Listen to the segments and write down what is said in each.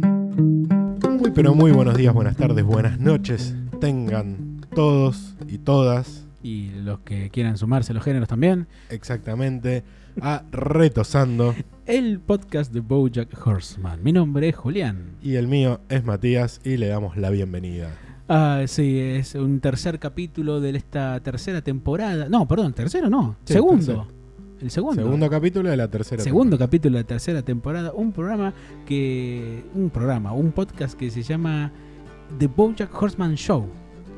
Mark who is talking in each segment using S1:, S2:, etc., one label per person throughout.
S1: Muy pero muy buenos días, buenas tardes, buenas noches. Tengan todos y todas
S2: Y los que quieran sumarse, los géneros también.
S1: exactamente a Retosando.
S2: El podcast de Bojack Horseman. Mi nombre es Julián.
S1: Y el mío es Matías y le damos la bienvenida.
S2: Ah, sí, es un tercer capítulo de esta tercera temporada. No, perdón, tercero no.
S1: Sí,
S2: segundo. El segundo.
S1: Segundo capítulo de la tercera.
S2: Segundo capítulo de la tercera temporada. Un programa que. Un programa, un podcast que se llama The Bojack Horseman Show.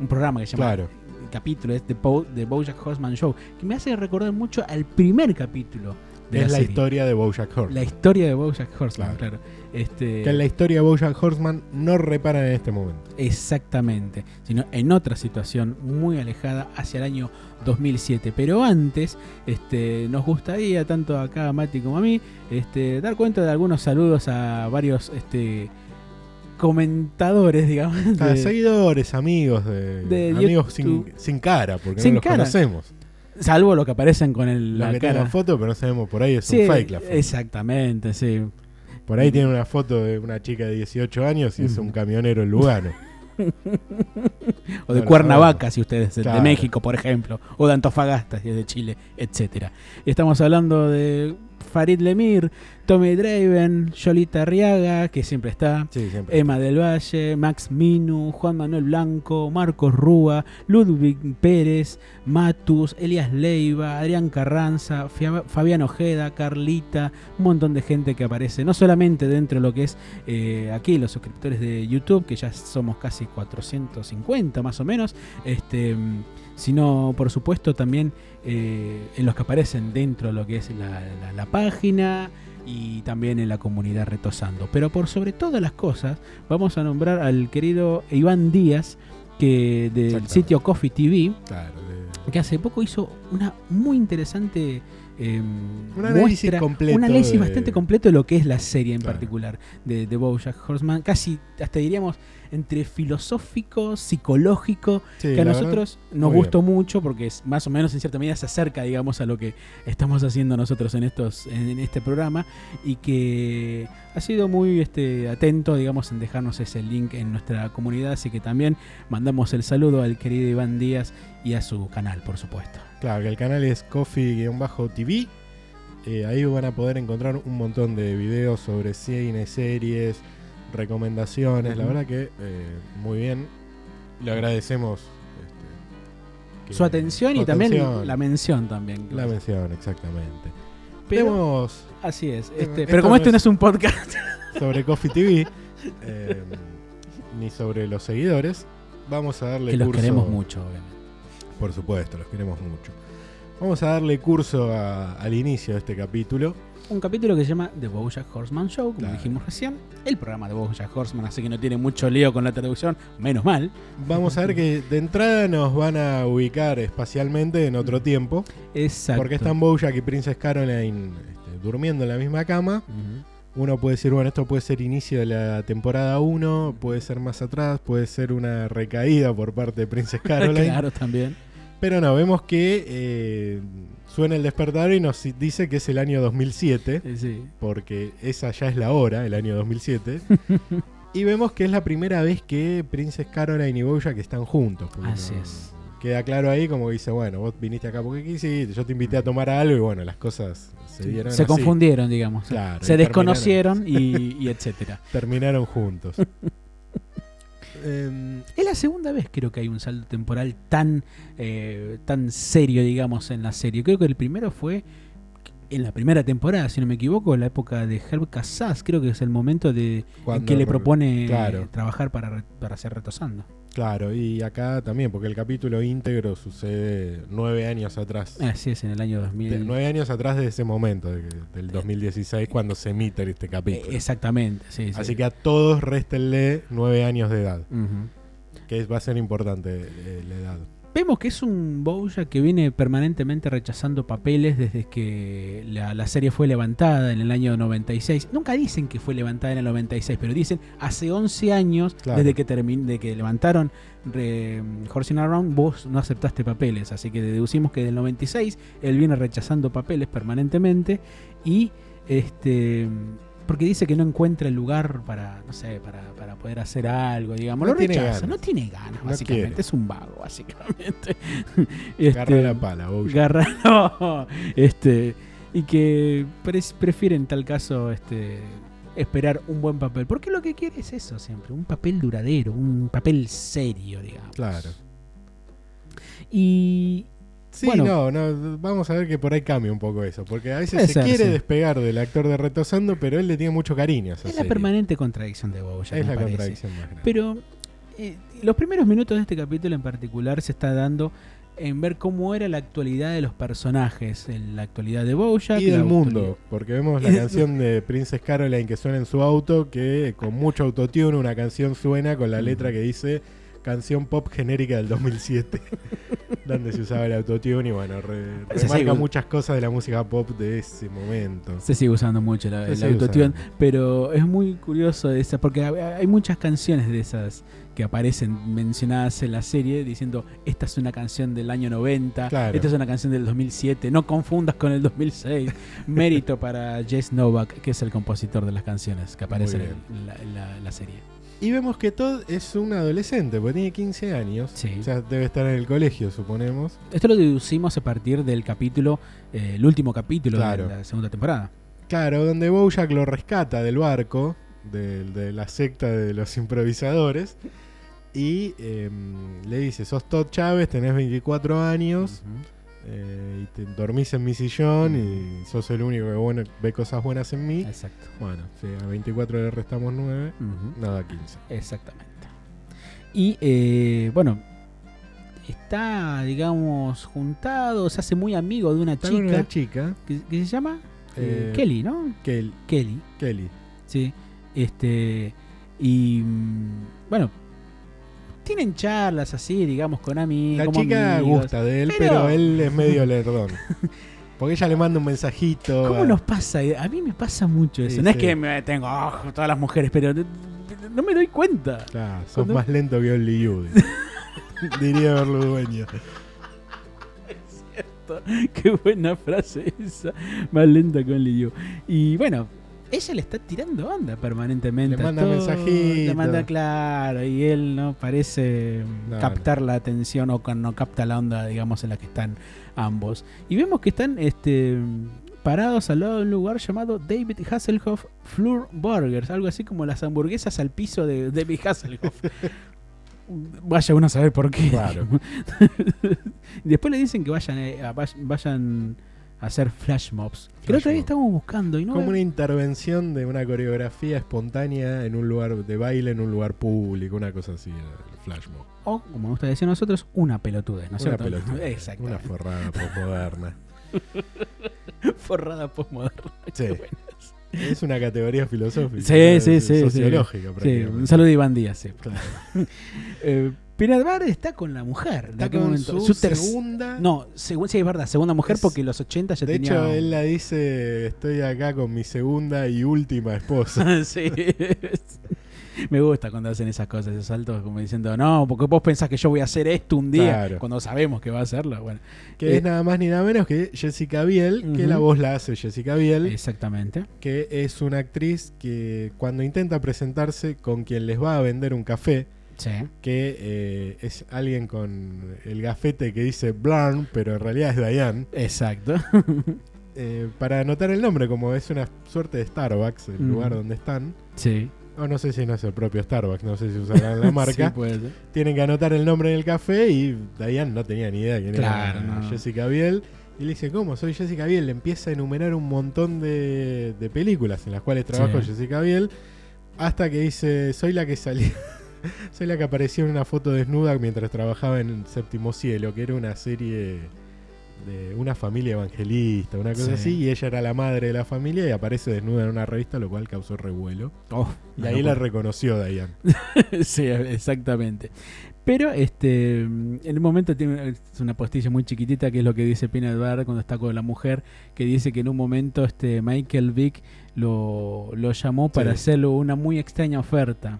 S2: Un programa que se llama
S1: temporada. Claro.
S2: el capítulo es The, Bo- The Bojack Horseman Show, que me hace recordar mucho al primer capítulo de
S1: es la,
S2: serie.
S1: historia de Bojack Horseman.
S2: La historia de Bojack Horseman,
S1: Claro.
S2: claro. Este,
S1: Que en la historia de Bojack Horseman no reparan en este momento.
S2: Exactamente, sino en otra situación muy alejada hacia el año 2007. Pero antes, este, nos gustaría, tanto acá a Mati como a mí, este, dar cuenta de algunos saludos a varios este, comentadores, digamos.
S1: A
S2: de-
S1: seguidores, amigos, de,
S2: de
S1: amigos
S2: YouTube.
S1: sin, sin cara, porque
S2: Sin
S1: no los
S2: cara.
S1: conocemos.
S2: salvo los que aparecen con el,
S1: Los
S2: la
S1: que
S2: cara.
S1: tienen foto, pero no sabemos por ahí, es
S2: Sí,
S1: un fake la foto.
S2: Exactamente, sí.
S1: Por ahí tiene una foto de una chica de 18 años y es un camionero en Lugano.
S2: O de
S1: Bueno,
S2: Cuernavaca,
S1: bueno.
S2: si ustedes es
S1: Claro.
S2: de México, por ejemplo. O de Antofagasta, si es de Chile, etcétera. Estamos hablando de Farid Lemir, Tommy Draven, Yolita Arriaga, que siempre está.
S1: Sí, siempre.
S2: Emma del Valle, Max Minu, Juan Manuel Blanco, Marcos Rúa, Ludwig Pérez, Matus, Elias Leiva, Adrián Carranza, Fia- Fabián Ojeda, Carlita, un montón de gente que aparece, no solamente dentro de lo que es eh, aquí los suscriptores de YouTube, que ya somos casi 450 más o menos, este, mm, sino por supuesto también eh, en los que aparecen dentro de lo que es la, la- la página y también en la comunidad retosando. Pero por sobre todas las cosas, vamos a nombrar al querido Iván Díaz, que del
S1: Exactamente.
S2: sitio Coffee TV,
S1: Claro, de-
S2: que hace poco hizo una muy interesante em,
S1: Un análisis
S2: muestra,
S1: completo
S2: un análisis
S1: de-
S2: bastante completo de lo que es la serie en
S1: Claro.
S2: particular de, de BoJack Horseman, casi hasta diríamos entre filosófico, psicológico,
S1: sí,
S2: que a
S1: la verdad,
S2: nosotros nos
S1: muy
S2: gustó mucho porque es más o menos en cierta medida se acerca, digamos, a lo que estamos haciendo nosotros en estos en, en este programa y que ha sido muy este atento, digamos, en dejarnos ese link en nuestra comunidad, así que también mandamos el saludo al querido Iván Díaz y a su canal, por supuesto.
S1: Claro, que el canal es coffee-tv. Eh, ahí van a poder encontrar un montón de videos sobre cine, series, recomendaciones. La
S2: Ujú.
S1: verdad que eh, muy bien. Le agradecemos este, que-
S2: su atención y
S1: su
S2: también
S1: atención.
S2: la mención también.
S1: La mención, exactamente.
S2: pero,
S1: Tenemos
S2: así es.
S1: Pero
S2: este,
S1: esto
S2: pero como
S1: no
S2: este
S1: es-
S2: no es un podcast,
S1: sobre Coffee TV, eh, ni sobre los seguidores. Vamos a darle
S2: que los
S1: curso-
S2: queremos mucho, obviamente.
S1: Por supuesto, los queremos mucho. Vamos a darle curso a- al inicio de este capítulo.
S2: Un capítulo que se llama The Bojack Horseman Show, como
S1: Claro.
S2: dijimos recién. El programa de Bojack Horseman, así que no tiene mucho lío con la traducción, menos mal.
S1: Vamos a ver que de entrada nos van a ubicar espacialmente en otro tiempo.
S2: Exacto.
S1: Porque están Bojack y Princess Caroline este, durmiendo en la misma cama.
S2: Ujú.
S1: Uno puede decir, bueno, esto puede ser inicio de la temporada 1, puede ser más atrás, puede ser una recaída por parte de Princess Caroline.
S2: claro, también.
S1: Pero no, vemos que eh, suena el despertador y nos dice que es el año 2007,
S2: Eh, Sí.
S1: porque esa ya es la hora, el año 2007. y vemos que es la primera vez que Princess Caroline y Bojack están juntos. porque
S2: Así
S1: no-
S2: es.
S1: Queda claro ahí como que dice, bueno, vos viniste acá porque quisiste, yo te invité a tomar algo y bueno, las cosas se dieron
S2: Se
S1: así,
S2: confundieron, digamos.
S1: Claro,
S2: Se
S1: y terminaron-
S2: desconocieron y, y etcétera.
S1: Terminaron juntos. Em,
S2: Es la segunda vez creo que hay un salto temporal tan, eh, tan serio, digamos, en la serie. Creo que el primero fue en la primera temporada, si no me equivoco, en la época de Herb Casas. Creo que es el momento de en
S1: cuando-
S2: que le propone
S1: claro.
S2: eh, trabajar para, re- para ser retosando.
S1: Claro, y acá también, porque el capítulo íntegro sucede nueve años atrás.
S2: Así Ah, es, en el año
S1: De-
S2: 2000.
S1: nueve años atrás de ese momento, de- del 2016, cuando se emite este
S2: Eh,
S1: capítulo.
S2: Exactamente, sí. sí.
S1: Así que a todos réstenle nueve años de edad,
S2: Ujú.
S1: que es- va a ser importante eh, la edad.
S2: Vemos que es un Bouya que viene permanentemente rechazando papeles desde que la, la serie fue levantada en el año 96. Nunca dicen que fue levantada en el 96, pero dicen hace 11 años,
S1: Claro.
S2: desde que, termin- de que levantaron re, Horsing Around, vos no aceptaste papeles. Así que deducimos que del 96 él viene rechazando papeles permanentemente y este. Porque dice que no encuentra el lugar para, no sé, para, para poder hacer algo, digamos.
S1: No
S2: lo
S1: tiene
S2: rechaza,
S1: ganas.
S2: no tiene ganas,
S1: No
S2: básicamente.
S1: quiere.
S2: Es un vago, básicamente. Este,
S1: Agarra la pala, Bouya.
S2: garra- no, este, y que pres- prefiere en tal caso este, esperar un buen papel. Porque lo que quiere es eso siempre, un papel duradero, un papel serio, digamos.
S1: Claro.
S2: Y
S1: Sí,
S2: Bueno.
S1: no, no, vamos a ver que por ahí cambia un poco eso, porque a veces
S2: Puede
S1: se
S2: ser,
S1: quiere
S2: sí.
S1: despegar del actor de Retosando, pero él le tiene mucho cariño a esa
S2: es la
S1: serie.
S2: permanente contradicción de Bojack,
S1: Es
S2: me
S1: la
S2: parece.
S1: contradicción más grande.
S2: Pero eh, los primeros minutos de este capítulo en particular se está dando en ver cómo era la actualidad de los personajes, en la actualidad de Bojack.
S1: y del
S2: la
S1: mundo, porque vemos la
S2: Y-
S1: canción de Princess Caroline que suena en su auto, que con mucho autotune una canción suena con la letra que dice canción pop genérica del 2007, donde se usaba el autotune y bueno, re-
S2: Se
S1: remarca
S2: sigue-
S1: muchas cosas de la música pop de ese momento.
S2: Se sigue usando mucho la,
S1: Se
S2: el
S1: sigue
S2: autotune,
S1: usando.
S2: pero es muy curioso esa, porque hab- hay muchas canciones de esas que aparecen mencionadas en la serie diciendo esta es una canción del año 90,
S1: Claro.
S2: esta es una canción del 2007, no confundas con el 2006. Mérito para Jess Novak, que es el compositor de las canciones que aparecen
S1: bien.
S2: en la, en la- en la serie.
S1: Y vemos que Todd es un adolescente, porque tiene 15 años.
S2: Sí.
S1: O sea, debe estar en el colegio, suponemos.
S2: Esto lo deducimos a partir del capítulo, eh, el último capítulo
S1: Claro.
S2: de la segunda temporada.
S1: Claro, donde Bojack lo rescata del barco, del- de, la secta de los improvisadores, y em, le dice, sos Todd Chávez, tenés 24 años,
S2: Ujú.
S1: eh, y te, dormís en mi sillón, y sos el único que bueno, ve cosas buenas en mí.
S2: Exacto.
S1: Bueno, sí, a 24 le restamos 9,
S2: Ujú.
S1: nada, 15.
S2: Exactamente. Y eh, bueno, está, digamos, juntado, se hace muy amigo de una
S1: Está con
S2: chica
S1: una chica,
S2: que, que se llama eh,
S1: eh,
S2: Kelly, ¿no?
S1: Kel-
S2: Kelly,
S1: Kelly.
S2: sí. Este, y mm, bueno, tienen charlas así, digamos, con ami-
S1: La
S2: como amigos.
S1: chica gusta de él, pero...
S2: Pero-
S1: él es medio lerdón. Porque ella le manda un mensajito.
S2: ¿Cómo
S1: a-
S2: nos pasa? A mí me pasa mucho eso.
S1: Sí,
S2: no
S1: sí.
S2: es que me tengo ojo, todas las mujeres, pero no- no me doy cuenta.
S1: Claro, sos
S2: Cuando-
S1: más lento que Only You. Diría Berludueño.
S2: Qué buena frase esa. Más lenta con Liu. Y bueno, ella le está tirando onda permanentemente.
S1: Le
S2: a
S1: manda
S2: todo,
S1: mensajitos.
S2: Le manda claro. Y él no parece
S1: No,
S2: captar la atención o con- no capta la onda, digamos, en la que están ambos. Y vemos que están este, parados al lado de un lugar llamado David Hasselhoff Flur Burgers. Algo así como las hamburguesas al piso de David Hasselhoff. Vaya uno a saber por qué.
S1: Claro.
S2: Después le dicen que vayan, eh, a, vay- vayan a hacer flash mobs. Que
S1: Flash
S2: la otra vez
S1: mob.
S2: estábamos buscando y no.
S1: Como una intervención de una coreografía espontánea en un lugar de baile, en un lugar público, una cosa así, el flash mob.
S2: O, como nos gusta decir a nosotros, una pelotudez, ¿no es
S1: una
S2: cierto?
S1: pelota.
S2: Exacto.
S1: Una forrada postmoderna.
S2: forrada postmoderna.
S1: Sí.
S2: Qué bueno.
S1: Es una categoría filosófica.
S2: Sí,
S1: ¿no?
S2: sí,
S1: Es
S2: sí, sí.
S1: Sociológica,
S2: Sí, un
S1: prácticamente.
S2: saludo a Iván Díaz. Sí.
S1: Claro.
S2: Eh, Pinar Bar está con la mujer. ¿de
S1: Está
S2: qué
S1: con
S2: momento?
S1: su,
S2: ter-
S1: segunda.
S2: No, según sí es verdad, segunda mujer
S1: Es-
S2: porque los 80 ya
S1: de
S2: tenía.
S1: hecho, él la dice: Estoy acá con mi segunda y última esposa.
S2: sí. Me gusta cuando hacen esas cosas, esos saltos, como diciendo, no, porque vos pensás que yo voy a hacer esto un día,
S1: Claro.
S2: cuando sabemos que va a hacerlo. Bueno,
S1: Que
S2: Eh.
S1: es nada más ni nada menos que Jessica Biel, que
S2: Ujú.
S1: la voz la hace Jessica Biel,
S2: exactamente.
S1: que es una actriz que cuando intenta presentarse con quien les va a vender un café,
S2: Sí.
S1: que eh, es alguien con el gafete que dice Blarn, pero en realidad es Diane,
S2: Exacto.
S1: eh, para anotar el nombre, como es una suerte de Starbucks, el
S2: Ujú.
S1: lugar donde están.
S2: Sí.
S1: O no sé si no es el propio Starbucks, no sé si usarán la marca.
S2: Sí, puede ser.
S1: tienen que anotar el nombre en el café y Diane no tenía ni idea quién
S2: Claro,
S1: era
S2: no.
S1: Jessica Biel. Y le dice, ¿cómo? Soy Jessica Biel. Le empieza a enumerar un montón de, de películas en las cuales trabajó
S2: Sí.
S1: Jessica Biel. Hasta que dice, soy la que salió. soy la que apareció en una foto desnuda mientras trabajaba en Séptimo Cielo, que era una serie de una familia evangelista, una cosa
S2: Sí.
S1: así. Y ella era la madre de la familia y aparece desnuda en una revista, lo cual causó revuelo.
S2: Oh,
S1: Y
S2: no,
S1: ahí
S2: no
S1: la reconoció Diane.
S2: puedo. Sí, exactamente. Pero este, en un momento tiene es una postilla muy chiquitita que es lo que dice Peanut Bar cuando está con la mujer, que dice que en un momento este Michael Vick lo, lo llamó para
S1: Sí.
S2: hacerle una muy extraña oferta.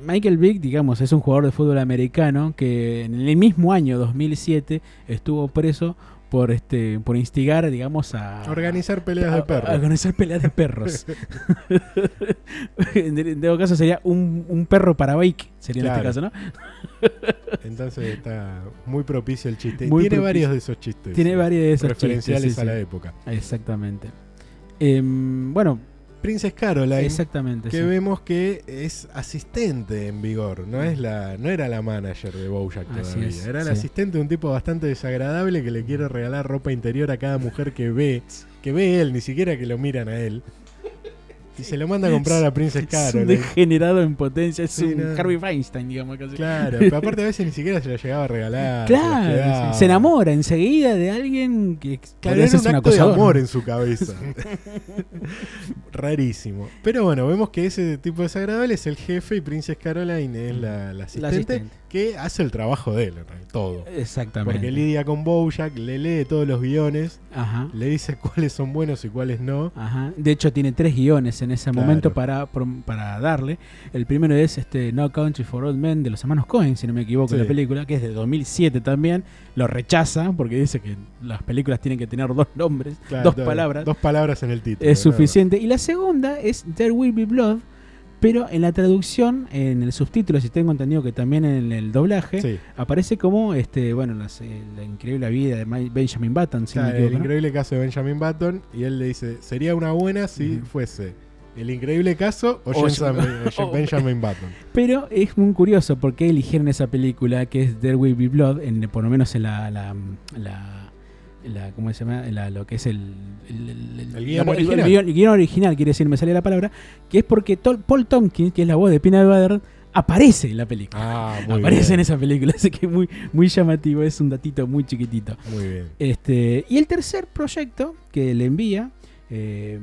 S2: Michael Vick, digamos, es un jugador de fútbol americano que en el mismo año 2007 estuvo preso por este por instigar, digamos, a
S1: Organizar peleas de
S2: a- a
S1: perros.
S2: Organizar peleas de perros. en, en todo caso sería un, un perro para bike, sería en
S1: Claro.
S2: este caso, ¿no?
S1: Entonces está muy propicio el chiste.
S2: Muy
S1: Tiene
S2: propicio.
S1: varios de esos chistes.
S2: Tiene
S1: eh,
S2: varios de esos
S1: Referenciales
S2: chistes, sí,
S1: a la
S2: sí.
S1: época.
S2: Exactamente. Em, bueno,
S1: Princess Caroline,
S2: exactamente.
S1: que
S2: sí.
S1: vemos que es asistente en vigor. No, es la, no era la manager de Bojack
S2: Así
S1: todavía.
S2: es,
S1: era
S2: sí.
S1: la asistente de un tipo bastante desagradable que le quiere regalar ropa interior a cada mujer que ve. Que ve él, ni siquiera que lo miran a él. Y se lo manda a comprar a Princess
S2: Es un
S1: Caroline.
S2: degenerado en potencia, es
S1: Sí,
S2: un
S1: no.
S2: Harvey Weinstein, digamos. Casi.
S1: Claro, pero aparte a veces ni siquiera se lo llegaba a regalar. se lo
S2: Claro,
S1: quedaba.
S2: se enamora enseguida de alguien que
S1: Claro,
S2: podría
S1: era un
S2: ser
S1: acto de
S2: acosador,
S1: amor
S2: ¿no?
S1: en su cabeza. Rarísimo. Pero bueno, vemos que ese tipo desagradable es el jefe y Princess Caroline es la, la asistente,
S2: asistente.
S1: que hace el trabajo de él, en realidad, todo.
S2: Exactamente.
S1: Porque lidia con Bojack, le lee todos los guiones,
S2: Ajá.
S1: le dice cuáles son buenos y cuáles no.
S2: Ajá. De hecho, tiene tres guiones en ese
S1: Claro.
S2: momento para, prom- para darle. El primero es este No Country for Old Men de los hermanos Cohen, si no me equivoco,
S1: Sí.
S2: la película, que es de 2007 también. Lo rechaza porque dice que las películas tienen que tener dos nombres,
S1: Claro,
S2: dos
S1: todo-
S2: palabras.
S1: Dos palabras en el título.
S2: es
S1: nada más.
S2: suficiente. Y la segunda es There Will Be Blood, pero en la traducción, en el subtítulo, si tengo entendido que también en el doblaje,
S1: Sí,
S2: aparece como este bueno las- eh, la increíble vida de Ma- Benjamin Button, si no
S1: Claro,
S2: me
S1: el
S2: equivoco, ¿no?
S1: increíble caso de Benjamin Button. Y él le dice: Sería una buena si
S2: Ujú.
S1: fuese el increíble caso o,
S2: O Oh.
S1: Jensen-
S2: o-
S1: Benjamin Button.
S2: Pero es muy curioso porque eligieron esa película que es There Will Be Blood, en, por lo menos en la, la, la- la- ¿cómo se llama? La- lo que es el, el,
S1: El guion
S2: la-
S1: original.
S2: guion- el guion original, quiere decir, me sale la palabra, que es porque Tol- Paul Tompkins, que es la voz de Pina Butter, aparece en la película.
S1: Ah, muy
S2: aparece en
S1: bien.
S2: esa película, así que es muy, muy llamativo, es un datito muy chiquitito.
S1: Muy bien.
S2: Este, y el tercer proyecto que le envía eh,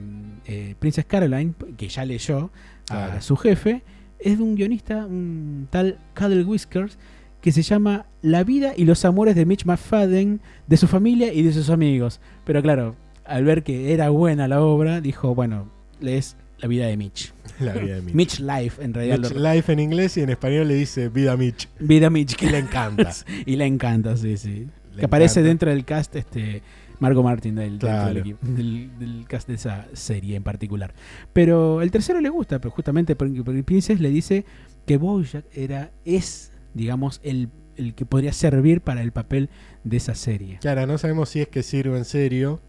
S2: eh, Princess Caroline, que ya leyó a
S1: Claro.
S2: su jefe, es de un guionista, un tal Cuddle Whiskers, que se llama La vida y los amores de Mitch McFadden, de su familia y de sus amigos. Pero claro, al ver que era buena la obra, dijo, bueno, lees La vida de Mitch.
S1: La vida de Mitch.
S2: Mitch Life, en realidad.
S1: Mitch
S2: lo-
S1: Life en inglés y en español le dice vida Mitch.
S2: vida Mitch,
S1: Y
S2: que
S1: le encanta.
S2: y le encanta, sí, sí.
S1: Le
S2: que aparece
S1: encanta.
S2: dentro del cast este Margo Martin del, dentro
S1: Claro.
S2: del equipo- del- del cast de esa serie en particular. Pero el tercero le gusta, pero justamente porque porque Princess le dice que Bojack era es, digamos, el, el que podría servir para el papel de esa serie. Oh,
S1: Claro, no sabemos si es que sirve en serio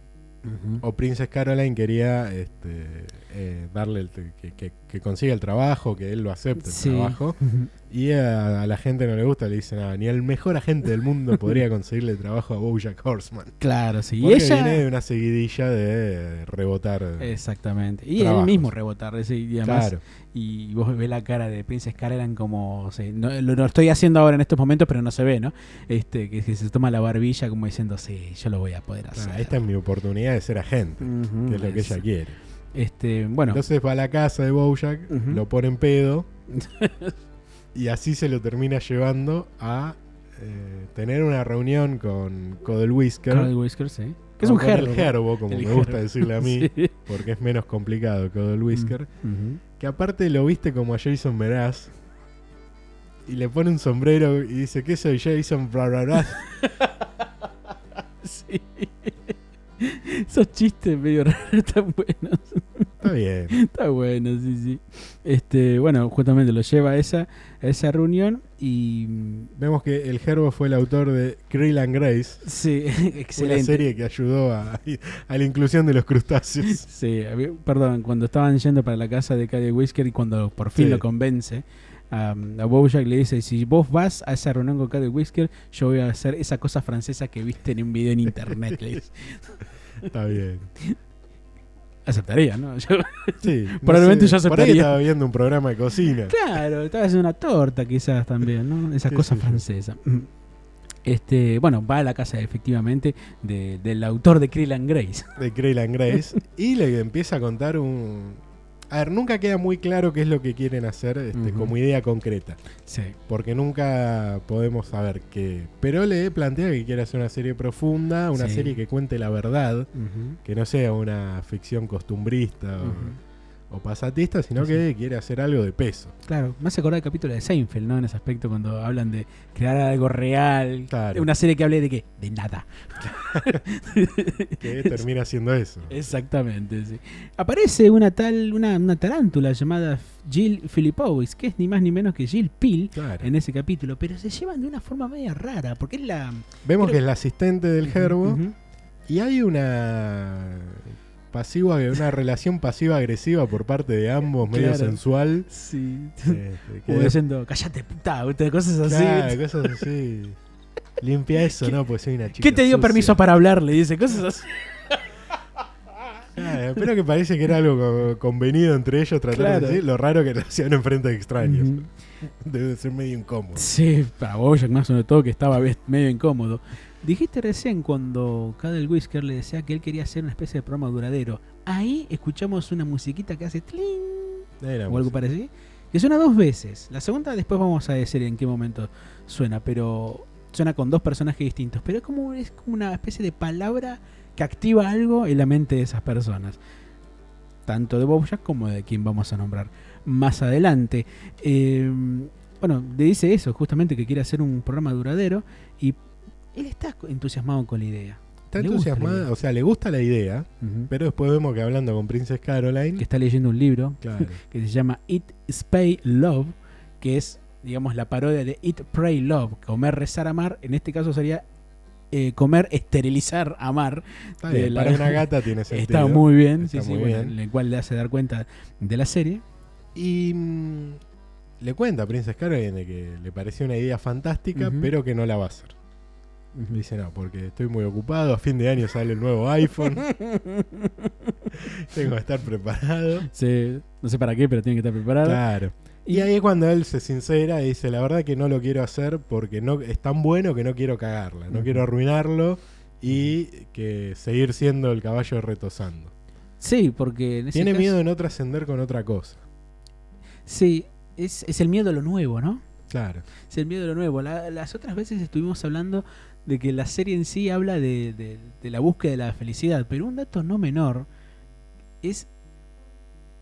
S1: o Princess Caroline quería este, eh, darle el- que, que- que consiga el trabajo, que él lo acepte el
S2: Sí.
S1: trabajo.
S2: Ujú.
S1: Y a, a la gente no le gusta, le dicen, "Ah, ni el mejor agente del mundo podría conseguirle trabajo a Bojack Horseman.
S2: Claro, sí. Y
S1: Porque
S2: ella
S1: viene de una seguidilla de rebotar.
S2: Exactamente. Y
S1: Trabajos.
S2: él mismo rebotar, sí, y además
S1: Claro.
S2: y vos ves la cara de Princess Caroline como o sea, no, lo, lo estoy haciendo ahora en estos momentos pero no se ve no este que, que se toma la barbilla como diciendo sí yo lo voy a poder hacer
S1: Ah, esta es mi oportunidad de ser agente,
S2: Ujú,
S1: que es lo que ella quiere.
S2: este bueno
S1: Entonces va a la casa de Bojack,
S2: Ujú.
S1: lo pone en pedo y así se lo termina llevando a eh, tener una reunión con Codel Whisker.
S2: Carl Whiskers sí. que es
S1: No,
S2: un
S1: con
S2: gerbo
S1: El gerbo, como
S2: El
S1: me
S2: gerbo.
S1: gusta decirle a mí,
S2: Sí. Mm.
S1: porque es menos complicado Codel Whisker.
S2: Ujú.
S1: Que aparte lo viste como a Jason Meraz. Y le pone un sombrero y dice, ¿qué soy Jason? Bla, bla, bla.
S2: sí esos chistes medio raros están buenos
S1: Está bien.
S2: Está bueno, sí, sí. Este, bueno, justamente lo lleva a esa, a esa reunión y. mm,
S1: Vemos que el gerbo fue el autor de Krill and Grace.
S2: Sí, excelente.
S1: Una serie que ayudó a, a la inclusión de los crustáceos.
S2: Sí, a mí- perdón, cuando estaban yendo para la casa de Cary Whisker y cuando por fin
S1: Sí.
S2: lo convence, a, a Bojack le dice, si vos vas a esa reunión con Cary Whisker, yo voy a hacer esa cosa francesa que viste en un video en internet. le dice.
S1: Está bien.
S2: Aceptaría, ¿no? Yo-
S1: Sí, no
S2: Probablemente yo
S1: Por ahí
S2: aceptaría.
S1: estaba viendo un programa de cocina.
S2: claro, estaba haciendo una torta quizás también, ¿no? Esa
S1: Sí,
S2: cosa
S1: sí, sí.
S2: francesa. Este, bueno, va a la casa efectivamente de- del autor de Krill and Grace.
S1: De Crayland Grace. Y le empieza a contar un. A ver, nunca queda muy claro qué es lo que quieren hacer este,
S2: Ujú.
S1: como idea concreta,
S2: Sí.
S1: porque nunca podemos saber qué. Pero le plantea que quiere hacer una serie profunda, una
S2: Sí.
S1: serie que cuente la verdad,
S2: Ujú.
S1: que no sea una ficción costumbrista o-
S2: Ujú.
S1: o, pasatista, sino
S2: Sí,
S1: que quiere hacer algo de peso.
S2: Claro, me hace acordar el capítulo de Seinfeld, ¿no? En ese aspecto, cuando hablan de crear algo real.
S1: Claro.
S2: Una serie que hable de qué? De nada.
S1: Que termina siendo eso.
S2: Exactamente, sí. Aparece una tal, una, una tarántula llamada Jill Philipowicz, que es ni más ni menos que Jill Peel
S1: Claro.
S2: en ese capítulo, pero se llevan de una forma media rara, porque es la...
S1: Vemos
S2: Creo-
S1: que es la asistente del Gerbo
S2: Ujú.
S1: y hay una pasiva, una relación pasiva-agresiva por parte de ambos, medio
S2: Claro.
S1: sensual.
S2: Sí.
S1: Este, que
S2: Como
S1: de-
S2: diciendo, cállate, puta, ¿viste? cosas así.
S1: claro, cosas así. Limpia eso, ¿no? Pues soy una chica.
S2: ¿Qué te dio
S1: sucia.
S2: permiso para hablar? Le dice, cosas así.
S1: Claro, pero que parece que era algo co- convenido entre ellos tratar
S2: Claro.
S1: de decir lo raro que lo hacían enfrente de extraños.
S2: Ujú.
S1: Debe ser medio incómodo.
S2: Sí, para Bojack más sobre todo que estaba ve- medio incómodo. Dijiste recién cuando Cadel Whisker le decía que él quería hacer una especie de programa duradero. Ahí escuchamos una musiquita que hace tling
S1: Era
S2: o algo parecido, que suena dos veces. La segunda después vamos a decir en qué momento suena, pero suena con dos personajes distintos. Pero es como, es como una especie de palabra que activa algo en la mente de esas personas. Tanto de Bojack como de quien vamos a nombrar más adelante. Eh, bueno, le dice eso, justamente que quiere hacer un programa duradero y él está entusiasmado con la idea.
S1: Está
S2: le gusta la
S1: entusiasmada,
S2: idea.
S1: o sea, le gusta la idea,
S2: Ujú.
S1: pero después vemos que hablando con Princess Caroline.
S2: Que está leyendo un libro
S1: Claro.
S2: que se llama Eat, Spay, Love, que es, digamos, la parodia de Eat, Pray, Love, comer, rezar, amar. En este caso sería eh, comer, esterilizar, amar.
S1: Está
S2: de
S1: bien,
S2: la-
S1: para una gata tiene sentido.
S2: Está muy bien,
S1: Está
S2: sí, sí,
S1: muy
S2: bueno,
S1: bien.
S2: en el cual le hace dar cuenta de la serie.
S1: Y mm, le cuenta a Princess Caroline de que le pareció una idea fantástica,
S2: Ujú.
S1: pero que no la va a hacer. Dice, no, porque estoy muy ocupado, a fin de año sale el nuevo iPhone, tengo que estar preparado.
S2: Sí, no sé para qué, pero tiene que estar preparada.
S1: Claro. Y ahí es cuando él se sincera y dice, la verdad que no lo quiero hacer porque no es tan bueno que no quiero cagarla, no
S2: Ujú.
S1: quiero arruinarlo y que seguir siendo el caballo retosando.
S2: Sí, porque en ese
S1: Tiene
S2: caso-
S1: miedo de no trascender con otra cosa.
S2: Sí, es, es el miedo a lo nuevo, ¿no?
S1: Claro.
S2: Es el miedo a lo nuevo. La- las otras veces estuvimos hablando de que la serie en sí habla de, de- de la búsqueda de la felicidad, pero un dato no menor es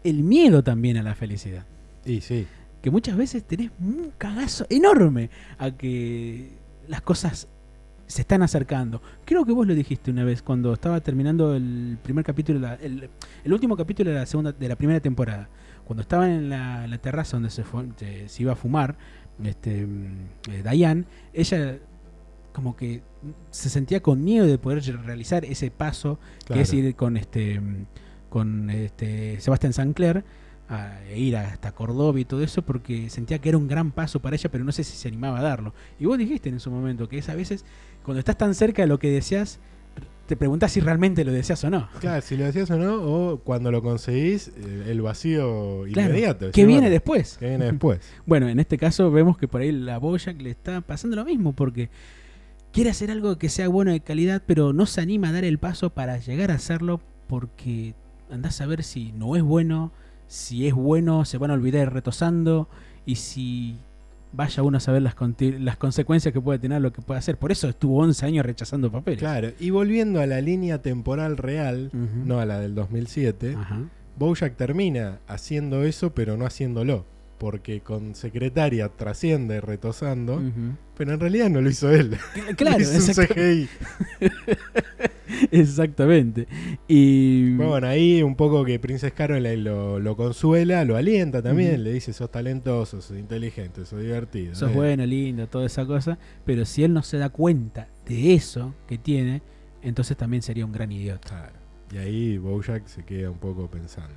S2: el miedo también a la felicidad.
S1: Y sí.
S2: Que muchas veces tenés un cagazo enorme a que las cosas se están acercando. Creo que vos lo dijiste una vez cuando estaba terminando el primer capítulo, la- el, el último capítulo de la segunda, de la primera temporada. Cuando estaban en la, la terraza donde se, fu- se- se iba a fumar, este, mm, eh, Diane, ella como que se sentía con miedo de poder re- realizar ese paso,
S1: Claro.
S2: que es ir con este, mm, con este Sebastián Sancler a e ir hasta Córdoba y todo eso, porque sentía que era un gran paso para ella, pero no sé si se animaba a darlo. Y vos dijiste en su momento que es a veces cuando estás tan cerca de lo que deseas, te preguntas si realmente lo deseas o no.
S1: Claro, si lo hacías o no, o cuando lo conseguís, eh, el vacío
S2: Claro,
S1: inmediato.
S2: ¿Qué
S1: decís,
S2: viene
S1: bueno, eh,
S2: después?
S1: ¿Qué viene después?
S2: Bueno, en este caso vemos que por ahí la Boyac le está pasando lo mismo porque quiere hacer algo que sea bueno de calidad, pero no se anima a dar el paso para llegar a hacerlo porque andás a ver si no es bueno, si es bueno se van a olvidar retosando y si vaya uno a saber las, conti- las consecuencias que puede tener lo que puede hacer. Por eso estuvo 11 años rechazando papeles.
S1: Claro, y volviendo a la línea temporal real,
S2: Ujú. Ah.
S1: no eh. a la del 2007,
S2: Ajá.
S1: Bojack termina haciendo eso, pero no haciéndolo. Porque con secretaria trasciende retosando,
S2: Ujú.
S1: pero en realidad no lo hizo él.
S2: Mm. Claro,
S1: lo hizo un
S2: exacta-
S1: CGI.
S2: exactamente. Y
S1: Pero bueno, ahí un poco que Princess Caroline lo, lo consuela, lo alienta también.
S2: Ujú.
S1: Le dice: sos talentoso, sos inteligente, sos divertido.
S2: Sos
S1: eh".
S2: bueno, lindo, toda esa cosa. Pero si él no se da cuenta de eso que tiene, entonces también sería un gran idiota.
S1: Claro. Y ahí Bojack se queda un poco pensando.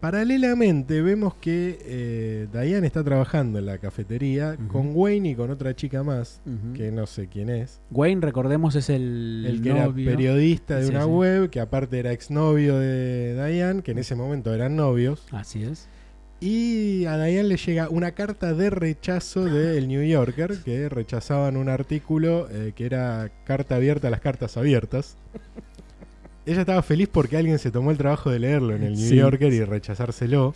S1: Paralelamente vemos que eh, Diane está trabajando en la cafetería
S2: Ujú.
S1: con Wayne y con otra chica más,
S2: Ujú.
S1: que no sé quién es.
S2: Wayne, recordemos, es el,
S1: El que
S2: novio.
S1: era periodista de
S2: Sí,
S1: una
S2: sí.
S1: web, que aparte era exnovio de Diane, que en ese momento eran novios.
S2: Así es.
S1: Y a Diane le llega una carta de rechazo del New Yorker, que rechazaban un artículo eh, que era carta abierta a las cartas abiertas. Ella estaba feliz porque alguien se tomó el trabajo de leerlo en el New
S2: Sí.
S1: Yorker y rechazárselo.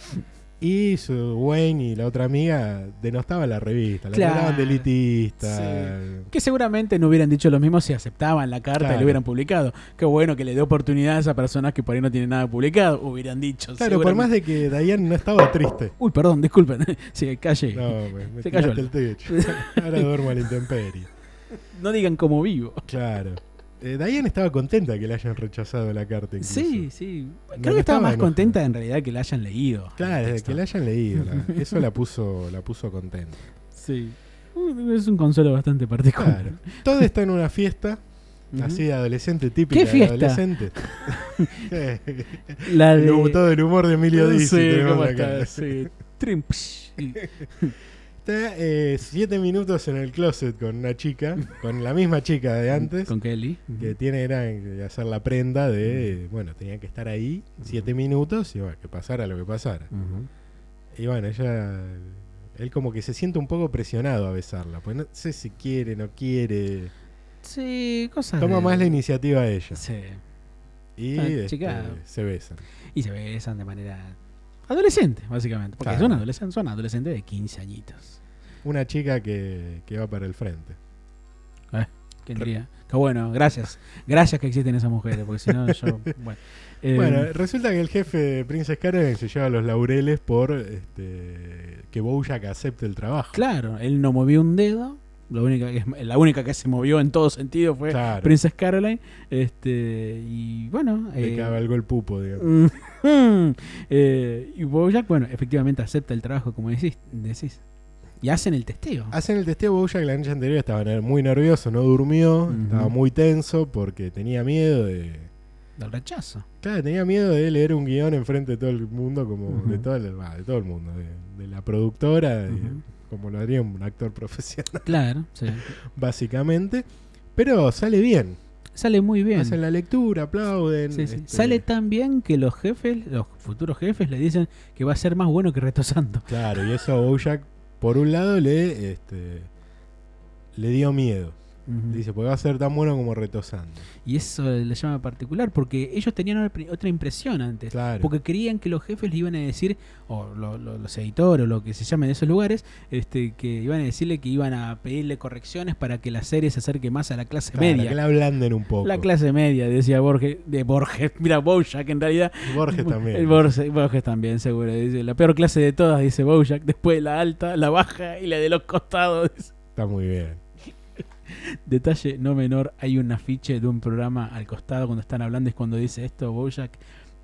S1: Y su Wayne y la otra amiga denostaban la revista, la
S2: Claro.
S1: trataban de elitista.
S2: Sí. Que seguramente no hubieran dicho lo mismo si aceptaban la carta y
S1: Claro.
S2: lo hubieran publicado. Qué bueno que le dio oportunidades a personas que por ahí no tienen nada publicado, hubieran dicho.
S1: Claro, por
S2: seguramente.
S1: más de que Diane no estaba triste.
S2: Uy, perdón, disculpen. Sí, calle. No.
S1: No, me, me
S2: Se cayó
S1: tiraste el techo. Ahora duermo a la intemperie.
S2: digan cómo vivo.
S1: Claro. Eh, Diane estaba contenta que le hayan rechazado la carta. incluso.
S2: Sí, sí.
S1: No,
S2: Creo que
S1: no
S2: estaba
S1: estaba
S2: más
S1: enojada.
S2: contenta en realidad que la hayan leído.
S1: Claro,
S2: El
S1: desde
S2: texto.
S1: que la hayan leído. la- eso la puso, la puso contenta.
S2: Sí. Uh, Es un consuelo bastante particular.
S1: Claro. Todo está en una fiesta,
S2: Ujú.
S1: así de adolescente típica.
S2: ¿Qué
S1: de
S2: fiesta?
S1: Adolescente. Eh,
S2: La de...
S1: El diputado del humor de Emilio Dizzi.
S2: Sí,
S1: tenemos
S2: ¿cómo
S1: acá.
S2: está? Sí. Trim, psh.
S1: Está eh, siete minutos en el closet con una chica, con la misma chica de antes.
S2: Con Kelly.
S1: que tiene era que hacer la prenda de, bueno, tenían que estar ahí siete minutos y bueno, que pasara lo que pasara.
S2: Ujú.
S1: Y bueno, ella, eh, él como que se siente un poco presionado a besarla, pues no sé si quiere, no quiere,
S2: Sí, cosas.
S1: toma
S2: de-
S1: más la iniciativa a ella.
S2: Ah, Sí.
S1: Y
S2: Ah,
S1: este,
S2: chica.
S1: se besan.
S2: Y se besan de manera adolescente, básicamente. Porque
S1: Claro.
S2: son adolescentes, son adolescentes de 15 añitos.
S1: Una chica que, que va para el frente.
S2: Que diría? Que bueno, gracias. Gracias que existen esas mujeres, porque si no yo. Bueno. Eh,
S1: Bueno, resulta que el jefe de Princess Karen se lleva los laureles por este, que Bojack acepte el trabajo.
S2: Claro, él no movió un dedo. Lo única que- la única que se movió en todo sentido fue
S1: Claro,
S2: Princess Caroline. Este, y bueno.
S1: le
S2: eh, mm.
S1: cabalgó el pupo, digamos.
S2: Ujú. Eh, y Bojack, bueno, efectivamente acepta el trabajo, como decís. decís. Y hacen el testeo.
S1: Hacen el testeo Bojack la noche anterior estaba ner- muy nervioso, no durmió,
S2: Ujú.
S1: estaba muy tenso porque tenía miedo de...
S2: Del rechazo.
S1: Claro, tenía miedo de leer un guión enfrente de todo el mundo, como
S2: Ujú.
S1: de, todo el, bah, de todo el mundo, de, de la productora, de-
S2: Ujú.
S1: como lo haría un actor profesional,
S2: Claro, sí.
S1: básicamente. Pero sale bien.
S2: Sale muy bien.
S1: Hacen la lectura, aplauden.
S2: Sí, sí.
S1: este,
S2: Sale tan bien que los jefes, los futuros jefes, le dicen que va a ser más bueno que retosando.
S1: Claro, y eso a Bojack, por un lado, le, este, le dio miedo.
S2: Ujú.
S1: Dice, porque va a ser tan bueno como retosando.
S2: Y eso le llama particular porque ellos tenían otra pri- otra impresión antes.
S1: Claro.
S2: Porque creían que los jefes le iban a decir, o lo- lo- los editores, o lo que se llame de esos lugares, este, que iban a decirle que iban a pedirle correcciones para que la serie se acerque más a la clase
S1: Claro,
S2: media.
S1: que la ablanden un poco.
S2: La clase media, decía Borges, de Borges, mira Bojack en realidad.
S1: Borges también.
S2: El Borges, Borges también, seguro. Dice, la peor clase de todas, dice Bojack, después la alta, la baja y la de los costados. dice.
S1: Está muy bien.
S2: Detalle no menor, hay un afiche de un programa al costado cuando están hablando, es cuando dice esto Bojack,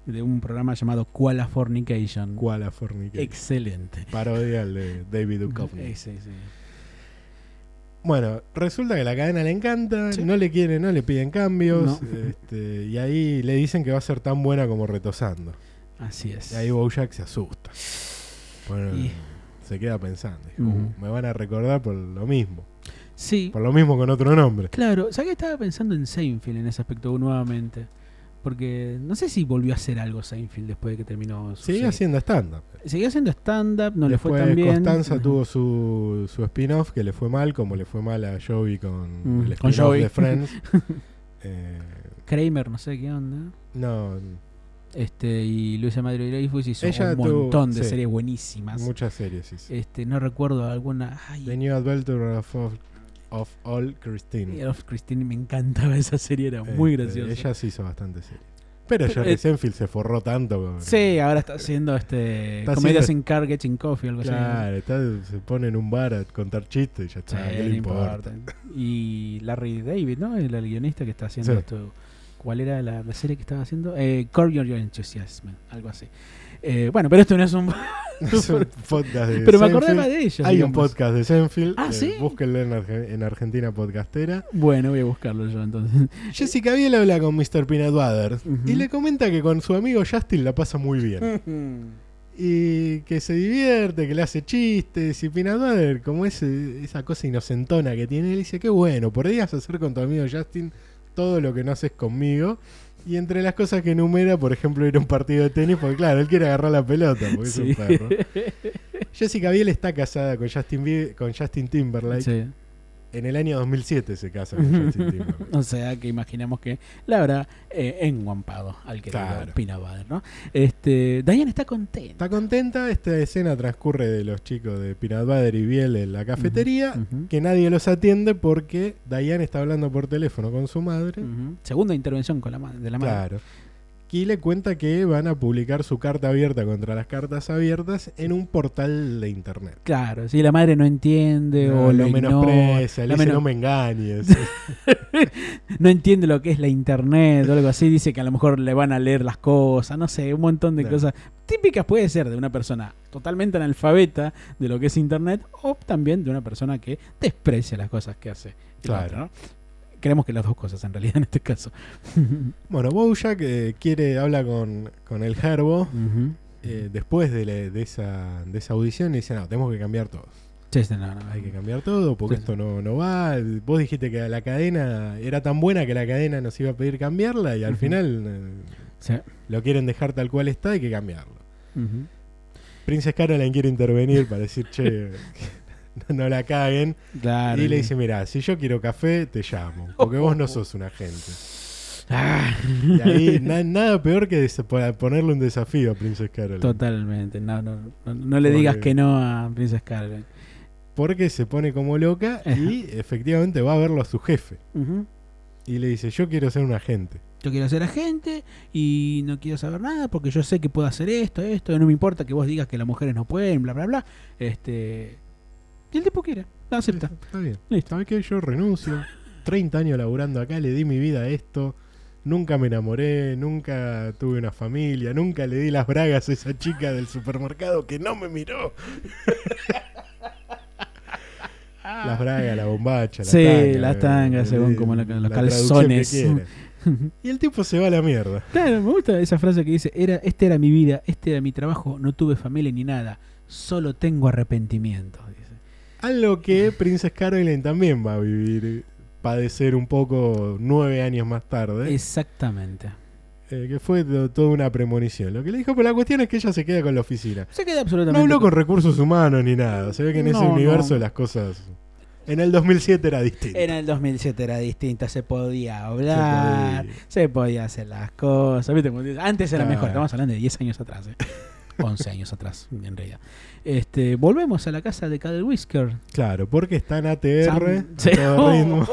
S2: de un programa llamado Kuala Fornication.
S1: ¿Cuál a Fornique?
S2: Excelente.
S1: Parodia al de David Duchovny.
S2: Eh, sí, sí.
S1: Bueno, resulta que la cadena le encanta,
S2: Sí.
S1: no le quieren, no le piden cambios.
S2: No.
S1: este, y ahí le dicen que va a ser tan buena como retosando.
S2: Así es.
S1: Y ahí Bojack se asusta. Bueno,
S2: Y-
S1: se queda pensando. dijo,
S2: Ujú.
S1: "Uh, Me van a recordar por lo mismo.
S2: Sí,
S1: Por lo mismo con otro nombre.
S2: claro. ¿Sabes que estaba pensando en Seinfeld en ese aspecto nuevamente? Porque no sé si volvió a hacer algo Seinfeld después de que terminó su
S1: Sigue
S2: serie.
S1: haciendo stand-up.
S2: Siguió haciendo stand-up, no
S1: Después
S2: le fue tan bien.
S1: Constanza
S2: Ajá.
S1: tuvo su, su spin-off que le fue mal, como le fue mal a Joey con
S2: Mm,
S1: el
S2: con
S1: spin-off
S2: Joey.
S1: de Friends. Eh,
S2: Kramer, no sé qué onda.
S1: No,
S2: Este, y Luisa Madre Dreyfus hizo
S1: Ella
S2: un
S1: tuvo-
S2: montón de
S1: sí.
S2: series buenísimas.
S1: muchas series, sí, sí.
S2: Este, no recuerdo alguna. Ay,
S1: The New Adventure of, All- of All Christine.
S2: Of Christine me encantaba esa serie, era muy
S1: Este,
S2: graciosa.
S1: Ella sí hizo bastante series. Pero Jerry
S2: eh,
S1: Seinfeld se forró tanto. con-
S2: Sí, ahora está haciendo este
S1: Está
S2: comedias
S1: haciendo-
S2: en car getting coffee algo así.
S1: Claro, está- se pone en un bar a contar chistes y ya
S2: Sí,
S1: está, ¿qué
S2: no
S1: le importa?
S2: importa. Y Larry David, ¿no? El, el guionista que está haciendo
S1: Sí.
S2: esto. ¿Cuál era la, la serie que estaba haciendo? Eh, Curb Your Enthusiasm, algo así. Eh, bueno, pero esto no es un...
S1: Es un podcast de
S2: pero me
S1: Seinfeld.
S2: acordaba de ellos.
S1: Hay un
S2: digamos.
S1: podcast de Seinfeld. eh,
S2: Ah, ¿sí?
S1: búsquenlo en, Arge- en Argentina Podcastera.
S2: Bueno, voy a buscarlo yo entonces.
S1: Jessica Biel habla con Mr. Peanut Butter
S2: Ujú.
S1: y le comenta que con su amigo Justin la pasa muy bien. y que se divierte, que le hace chistes y Peanut Butter, como ese- esa cosa inocentona que tiene, él dice, qué bueno, podrías hacer con tu amigo Justin todo lo que no haces conmigo. Y entre las cosas que enumera, por ejemplo, ir a un partido de tenis, porque claro, él quiere agarrar la pelota, porque
S2: Sí.
S1: es un perro. Jessica Biel está casada con Justin, Bie- con Justin Timberlake.
S2: Sí.
S1: En el año 2007 se casa con Justin Timberlake.
S2: O sea que imaginamos que la habrá eh, enguampado al que
S1: Claro.
S2: Pina Bader, ¿no? Este, Diane está contenta.
S1: Está contenta, esta escena transcurre de los chicos de Peanut Butter y Biel en la cafetería,
S2: ujú.
S1: que nadie los atiende porque Diane está hablando por teléfono con su madre.
S2: Ujú. Segunda intervención con la ma- de la madre.
S1: Claro. Y le cuenta que van a publicar su carta abierta contra las cartas abiertas en un portal de internet.
S2: Claro, si la madre no entiende
S1: No,
S2: o
S1: lo
S2: lo ignora,
S1: menosprecia, le
S2: la
S1: dice
S2: meno-
S1: no me engañes.
S2: no entiende lo que es la internet o algo así, dice que a lo mejor le van a leer las cosas, no sé, un montón de
S1: Claro.
S2: cosas típicas puede ser de una persona totalmente analfabeta de lo que es internet o también de una persona que desprecia las cosas que hace. el
S1: Claro.
S2: otro, ¿no? Creemos que las dos cosas en realidad en este caso.
S1: bueno, Bojack eh, quiere, habla con, con el Gerbo
S2: Ujú.
S1: eh, después de, la- de esa, de esa audición y dice, no, tenemos que cambiar todo.
S2: Sí, sí, no, no,
S1: Hay que cambiar todo porque
S2: Sí, sí.
S1: esto no, no va. Vos dijiste que la cadena era tan buena que la cadena nos iba a pedir cambiarla y al
S2: Ujú.
S1: final eh,
S2: Sí.
S1: lo quieren dejar tal cual está, hay que cambiarlo.
S2: Ujú.
S1: Princess Caroline quiere intervenir para decir, che, no- no la caguen.
S2: Claro.
S1: y le dice, mira, si yo quiero café, te llamo, porque vos no sos un agente.
S2: Ah,
S1: Y ahí na- nada peor que des- para ponerle un desafío a Princess Caroline.
S2: totalmente. No, no, no, no le
S1: Pobre.
S2: digas que no a Princess Carmen.
S1: Porque se pone como loca y efectivamente va a verlo a su jefe.
S2: Ujú.
S1: Y le dice, yo quiero ser un agente.
S2: Yo quiero ser agente y no quiero saber nada porque yo sé que puedo hacer esto, esto. No me importa que vos digas que las mujeres no pueden, bla, bla, bla. Este. Y el tipo quiere, la acepta.
S1: Está bien.
S2: Listo.
S1: ¿Sabes qué? Yo renuncio. 30 años laburando acá, le di mi vida a esto. Nunca me enamoré, nunca tuve una familia, nunca le di las bragas a esa chica del supermercado que no me miró. Las bragas, la bombacha, la
S2: Sí,
S1: tanga.
S2: las tangas,
S1: eh,
S2: según
S1: eh,
S2: como la- los
S1: traducción
S2: calzones.
S1: que quiera. y el tipo se va a la mierda.
S2: Claro, me gusta esa frase que dice: era, Este era mi vida, este era mi trabajo, no tuve familia ni nada, solo tengo arrepentimiento. dice.
S1: A lo que Princess Caroline también va a vivir, padecer un poco nueve años más tarde.
S2: Exactamente.
S1: Eh, que fue to- toda una premonición. Lo que le dijo, pero la cuestión es que ella se queda con la oficina.
S2: Se queda
S1: No
S2: absolutamente.
S1: habló con recursos humanos ni nada. Se ve que en ese
S2: No,
S1: universo
S2: no.
S1: las cosas. En el 2007 era distinto.
S2: En el 2007 era distinta, se podía hablar, se podía, hacer las cosas. ¿viste? Como dices, Antes era
S1: Claro.
S2: mejor, estamos hablando de 10 años atrás, ¿eh? 11 años atrás, en realidad. Este, volvemos a la casa de Cadel Whisker.
S1: Claro, porque están ATR,
S2: Sam-
S1: a
S2: Sí.
S1: todo ritmo,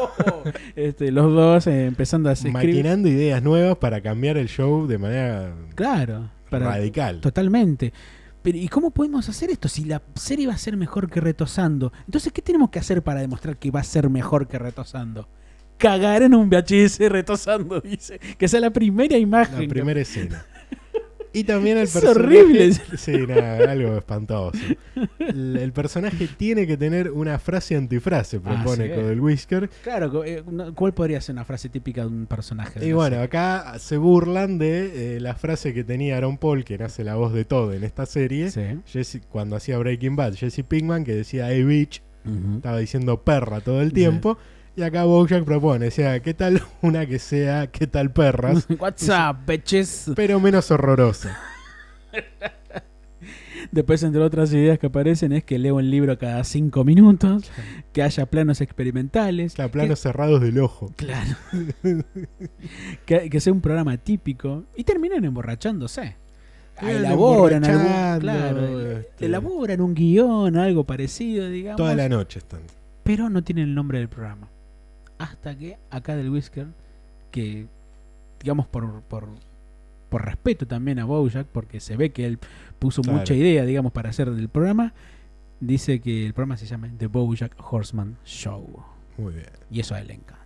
S2: Este, los dos eh, empezando a escribir.
S1: maquinando ideas nuevas para cambiar el show de manera
S2: Claro, para,
S1: radical.
S2: Totalmente. Pero, ¿y cómo podemos hacer esto? Si la serie va a ser mejor que Retosando. Entonces, ¿qué tenemos que hacer para demostrar que va a ser mejor que Retosando? Cagar en un VHS Retosando, dice. Que sea la primera imagen.
S1: La primera escena. Y también el
S2: Es
S1: personaje.
S2: horrible.
S1: Sí, nada, algo espantoso. El, el personaje tiene que tener una frase
S2: Ah,
S1: antifrase, propone
S2: Así es.
S1: con el Whisker.
S2: Claro, co- eh, no- ¿cuál podría ser una frase típica de un personaje? de
S1: Y
S2: la
S1: bueno,
S2: serie?
S1: acá se burlan de eh, la frase que tenía Aaron Paul, quien hace la voz de todo en esta serie.
S2: Sí.
S1: Jesse- cuando hacía Breaking Bad, Jesse Pinkman, que decía Hey bitch,
S2: Ujú.
S1: estaba diciendo perra todo el
S2: Sí.
S1: tiempo. Y acá Bojack propone, o sea, ¿qué tal una que sea, qué tal perras?
S2: What's up, bitches?
S1: Pero menos horrorosa.
S2: Después, entre otras ideas que aparecen, es que leo un libro cada cinco minutos, que haya planos experimentales.
S1: Claro,
S2: que-
S1: planos cerrados del ojo.
S2: Claro. que, que sea un programa típico. Y terminan emborrachándose. Ah,
S1: Terminan
S2: Elaboran algún,
S1: emborrachando,
S2: claro,
S1: este.
S2: elaboran un guión, algo parecido, digamos.
S1: Toda la noche están.
S2: Pero no tienen el nombre del programa. Hasta que acá del Whisker, que digamos por, por, por respeto también a Bojack, porque se ve que él puso
S1: Claro.
S2: mucha idea, digamos, para hacer del programa, dice que el programa se llama The Bojack Horseman Show.
S1: Muy bien.
S2: Y eso a él le encanta.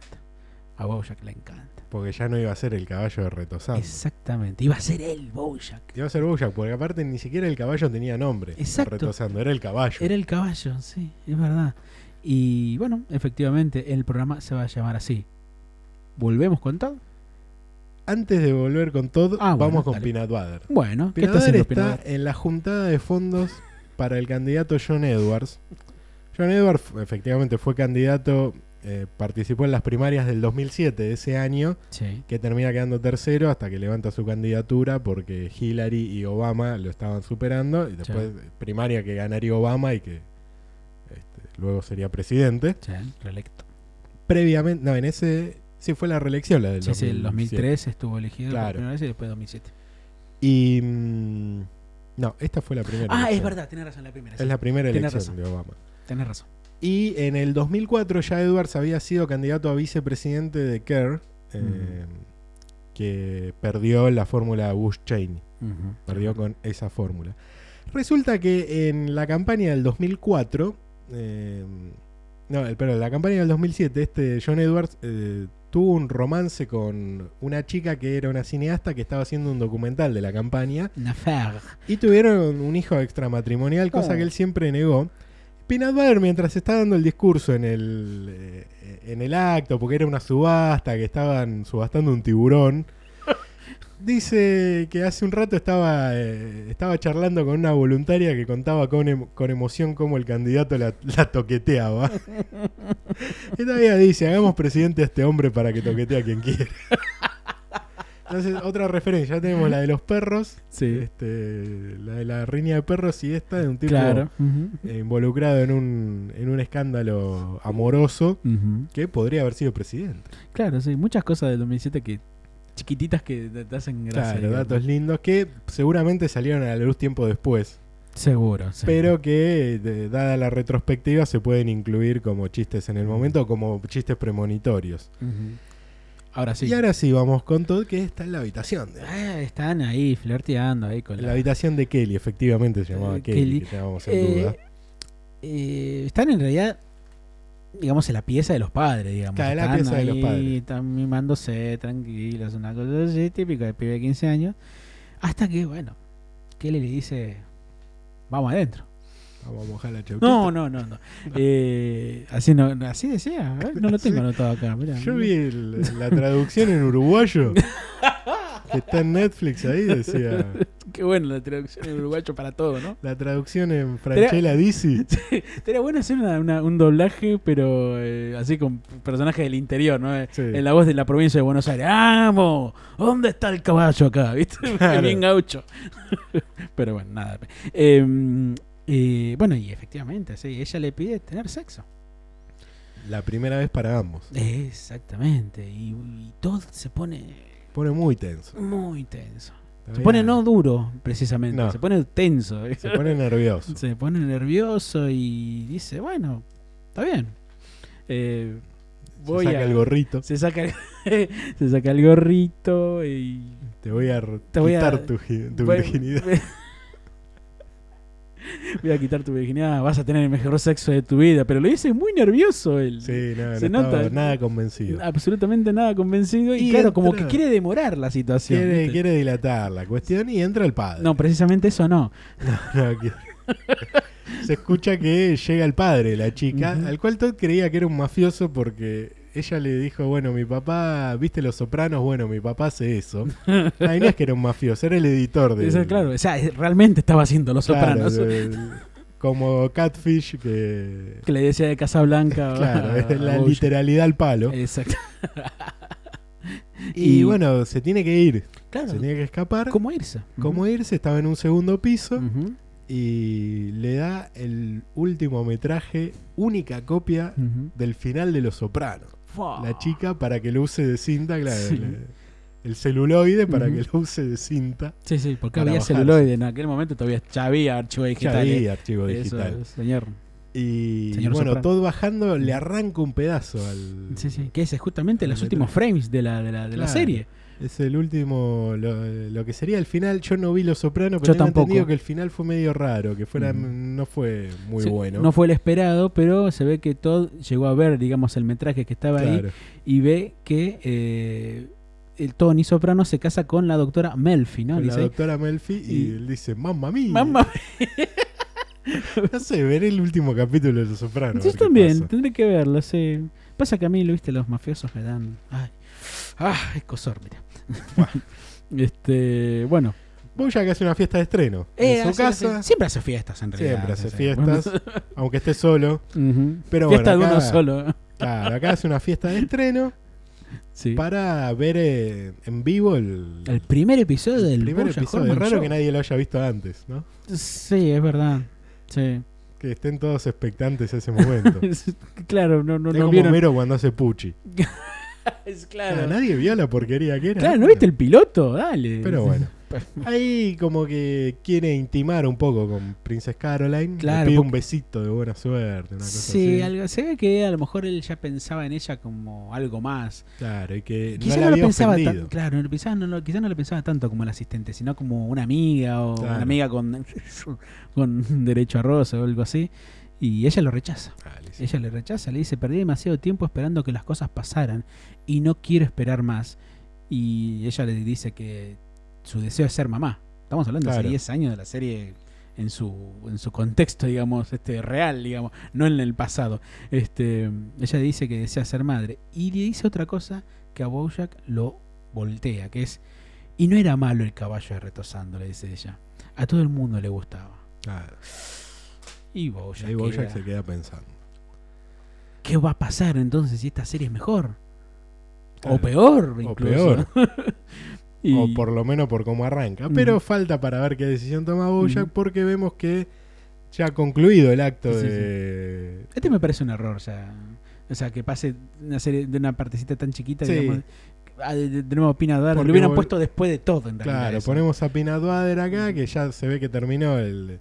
S2: A Bojack le encanta.
S1: Porque ya no iba a ser el caballo de retosando.
S2: Exactamente. Iba a ser él, Bojack.
S1: Iba a ser Bojack, porque aparte ni siquiera el caballo tenía nombre.
S2: Exacto.
S1: Retosando, era el caballo.
S2: Era el caballo, sí, es verdad. Y bueno, efectivamente, el programa se va a llamar así. ¿Volvemos con todo?
S1: Antes de volver con todo,
S2: Ah, bueno,
S1: vamos con
S2: dale.
S1: Peanut Butter.
S2: Bueno, ¿qué
S1: Peanut Butter
S2: está haciendo
S1: está
S2: Pinador?
S1: en la juntada de fondos para el candidato John Edwards. John Edwards f- efectivamente fue candidato, eh, participó en las primarias del 2007 de ese año,
S2: Sí.
S1: que termina quedando tercero hasta que levanta su candidatura porque Hillary y Obama lo estaban superando y después primaria que ganaría Obama y que este, luego sería presidente.
S2: Sí, reelecto.
S1: previamente. No, en ese. Sí, fue la reelección la del
S2: Sí, sí, el
S1: 2007.
S2: 2003 estuvo elegido por
S1: Claro.
S2: primera vez y después 2007.
S1: Y. mm, no, esta fue la primera.
S2: Ah, es
S1: elección.
S2: verdad, tenés razón, la primera. sí,
S1: Es la primera
S2: Tenés
S1: elección
S2: razón.
S1: de Obama.
S2: Tenés razón.
S1: Y en el 2004 ya Edwards había sido candidato a vicepresidente de Kerr, eh,
S2: Mm.
S1: que perdió la fórmula Bush-Cheney, perdió con esa fórmula. Resulta que en la campaña del 2004, eh, no, el- perdón, la campaña del 2007, este John Edwards eh, tuvo un romance con una chica que era una cineasta que estaba haciendo un documental de la campaña
S2: Una fer.
S1: y tuvieron un hijo extramatrimonial, cosa
S2: Oh.
S1: que él siempre negó. Peanut Butter, mientras está dando el discurso en el, eh, en el acto, porque era una subasta, que estaban subastando un tiburón, dice que hace un rato estaba, eh, estaba charlando con una voluntaria que contaba con, em- con emoción cómo el candidato la, la toqueteaba. y todavía dice, hagamos presidente a este hombre para que toquetee a quien quiera. Entonces, otra referencia, ya tenemos la de los perros,
S2: Sí,
S1: este, la de la riña de perros y esta de un tipo
S2: claro.
S1: eh, involucrado en un, en un escándalo amoroso que podría haber sido presidente.
S2: Claro, sí, muchas cosas del 2007 que chiquititas que te- te hacen gracia.
S1: claro,
S2: digamos.
S1: datos lindos que seguramente salieron a la luz tiempo después,
S2: Seguro, sí.
S1: pero que eh, de- dada la retrospectiva se pueden incluir como chistes
S2: Mm.
S1: en el momento o como chistes premonitorios.
S2: Ujú. Ahora sí.
S1: Y ahora sí, vamos con Todd que está en la habitación. de-
S2: Ah, están ahí flirteando ahí con
S1: la
S2: la...
S1: habitación de Kelly, efectivamente se llamaba
S2: Eh,
S1: Kelly,
S2: Kelly.
S1: que teníamos en duda.
S2: Eh, eh, están en realidad, digamos, en la pieza de los padres, digamos.
S1: Claro, en la
S2: Están
S1: pieza de los
S2: ahí,
S1: padres.
S2: Están mimándose tranquilos, una cosa así, típica de pibe de 15 años. Hasta que, bueno, Kelly le dice, vamos adentro.
S1: Vamos a mojar la chauqueta.
S2: No, no, no, no. Eh, así, no no, así decía, ¿eh? no lo tengo anotado acá. mirá.
S1: Yo vi el- la traducción en uruguayo. Que está en Netflix ahí, decía.
S2: Qué bueno la traducción en uruguayo para todo, ¿no?
S1: La traducción en Franchella Dizzy.
S2: Sería bueno hacer una- una- un doblaje, pero eh, así con personajes del interior, ¿no? Eh,
S1: Sí.
S2: En la voz de la provincia de Buenos Aires. amo ¿Dónde está el caballo acá? ¿Viste?
S1: Claro.
S2: Bien gaucho. pero bueno, nada. Eh, eh, bueno, y efectivamente, sí, ella le pide tener sexo.
S1: La primera vez para ambos.
S2: Exactamente. Y, y todo se pone
S1: Pone muy tenso.
S2: muy tenso.
S1: Está
S2: Se pone
S1: bien.
S2: no duro, precisamente.
S1: No.
S2: Se pone tenso. ¿viste?
S1: Se pone nervioso.
S2: se pone nervioso y dice, bueno, está bien. Eh, voy
S1: se saca
S2: a-
S1: el gorrito.
S2: se saca el, se saca el gorrito y
S1: Te voy a r-
S2: Te voy a-
S1: quitar tu, gi- tu
S2: voy-
S1: virginidad.
S2: Voy a quitar tu virginidad, vas a tener el mejor sexo de tu vida, pero lo dice muy nervioso él.
S1: Sí, no, no
S2: Se
S1: estaba
S2: nota.
S1: nada convencido.
S2: Absolutamente nada convencido y,
S1: Y
S2: claro, como que
S1: entra-
S2: quiere demorar la situación.
S1: Quiere,
S2: ¿viste?
S1: quiere dilatar la cuestión y entra el padre.
S2: No, precisamente eso no.
S1: No, que- Se escucha que llega el padre de la chica,
S2: Ujú.
S1: al cual Todd creía que era un mafioso porque ella le dijo, bueno, mi papá, viste los sopranos, bueno, mi papá hace eso. La Inés que era un mafioso, era el editor de...
S2: Eso, claro, o sea, realmente estaba haciendo los
S1: claro,
S2: sopranos.
S1: de- como Catfish, que...
S2: Que le decía de Casablanca. a-
S1: Claro,
S2: a
S1: es la
S2: Ah, Bush.
S1: literalidad al palo.
S2: Exacto.
S1: y,
S2: y-
S1: bueno, se tiene que ir,
S2: Claro.
S1: se tiene que escapar.
S2: ¿Cómo Mm. irse?
S1: ¿Cómo irse? Estaba en un segundo piso.
S2: Ujú.
S1: y le da el último metraje, única copia
S2: Ujú.
S1: del final de Los Sopranos.
S2: Fua.
S1: La chica para que lo use de cinta, claro.
S2: Ah. Sí.
S1: el- El celuloide para
S2: Ujú.
S1: que lo use de cinta.
S2: Sí, sí, porque
S1: para
S2: había
S1: bajarse.
S2: celuloide en aquel momento, todavía ya había archivo
S1: Ya
S2: digital.
S1: vi
S2: ¿eh?
S1: archivo
S2: Eso,
S1: digital.
S2: señor.
S1: Y
S2: Señor
S1: bueno,
S2: Soprano.
S1: todo bajando le arranca un pedazo al.
S2: Sí, sí, que es justamente
S1: El
S2: los últimos frames de la, de la, de la
S1: Claro.
S2: serie.
S1: Es el último, lo, lo que sería el final. Yo no vi Los Sopranos,
S2: Yo
S1: pero tengo
S2: tampoco.
S1: entendido que el final fue medio raro, que fuera,
S2: Ujú.
S1: no fue muy
S2: Sí,
S1: bueno.
S2: No fue el esperado, pero se ve que Todd llegó a ver, digamos, el metraje que estaba ahí
S1: Claro.
S2: y ve que eh, el Tony Soprano se casa con la doctora Melfi, ¿no?
S1: Con la
S2: Dice,
S1: doctora Melfi y,
S2: y-
S1: él dice, mamma mía.
S2: Mamá,
S1: No sé, veré el último capítulo de Los Sopranos.
S2: yo también, tendré que verlo, sí. Pasa que a mí, lo viste, los mafiosos me dan... Ay, ah, es cosor, mira. este, bueno.
S1: Boya que hace una fiesta de estreno.
S2: Eh,
S1: en su
S2: hace-
S1: casa.
S2: hace- siempre hace fiestas, en realidad.
S1: Siempre hace
S2: Sí, sí.
S1: fiestas, aunque esté solo.
S2: Ujú.
S1: Pero
S2: Fiesta
S1: bueno,
S2: de uno
S1: acá-
S2: solo. ¿eh?
S1: Claro, acá hace una fiesta de estreno
S2: Sí.
S1: para ver eh, en vivo el,
S2: El primer episodio
S1: el
S2: del
S1: primer
S2: Bojack
S1: episodio.
S2: Horseman
S1: Raro
S2: Show.
S1: que nadie lo haya visto antes, ¿no?
S2: Sí, es verdad. Sí.
S1: Que estén todos expectantes a ese momento.
S2: claro, no, no,
S1: es
S2: no
S1: como
S2: vieron.
S1: Homero cuando hace Pucci.
S2: Es
S1: Ah,
S2: claro.
S1: nadie vio la porquería que era.
S2: Claro, ¿no viste el piloto? Dale.
S1: Pero bueno. Ahí como que quiere intimar un poco con Princess Caroline.
S2: Claro,
S1: le pide un
S2: porque-
S1: besito de buena suerte, una cosa así.
S2: Sí, algo, se ve que a lo mejor él ya pensaba en ella como algo más.
S1: Claro, y que no
S2: Quizás no,
S1: la
S2: lo
S1: había
S2: pensaba tan-
S1: ofendido.
S2: claro, no lo pensaba, no, lo- quizás no lo pensaba tanto como el asistente, sino como una amiga o
S1: Claro.
S2: una amiga con, con derecho a rosa o algo así. Y ella lo rechaza.
S1: Ah, le dice,
S2: Ella le rechaza, le dice, perdí demasiado tiempo esperando que las cosas pasaran y no quiero esperar más. Y ella le dice que su deseo es ser mamá. Estamos hablando hace
S1: Claro.
S2: 10 años de la serie en su, en su contexto, digamos, este real, digamos, no en el pasado. Este, ella dice que desea ser madre. Y le dice otra cosa que a Bojack lo voltea, que es, y no era malo el caballo de retosando, le dice ella. A todo el mundo le gustaba.
S1: claro.
S2: Y
S1: Y
S2: Bojack,
S1: ahí Bojack
S2: queda-
S1: se queda pensando.
S2: ¿Qué va a pasar entonces si esta serie es mejor?
S1: Claro.
S2: O peor,
S1: O
S2: incluso.
S1: peor.
S2: Y- Mm.
S1: O por lo menos por cómo arranca.
S2: Ujú.
S1: Pero falta para ver qué decisión toma Bojack
S2: Ujú.
S1: porque vemos que ya ha concluido el acto
S2: Mm. Sí, sí,
S1: de...
S2: Este me parece un error, ya. O sea, que pase una serie de una partecita tan chiquita,
S1: Sí.
S2: digamos, a- de, de- de nuevo Pina Dada,
S1: Porque
S2: Lo hubieran
S1: vol-
S2: puesto después de todo, en realidad.
S1: Claro,
S2: eso.
S1: ponemos a Pinaduader
S2: Mm.
S1: acá, que ya se ve que terminó el,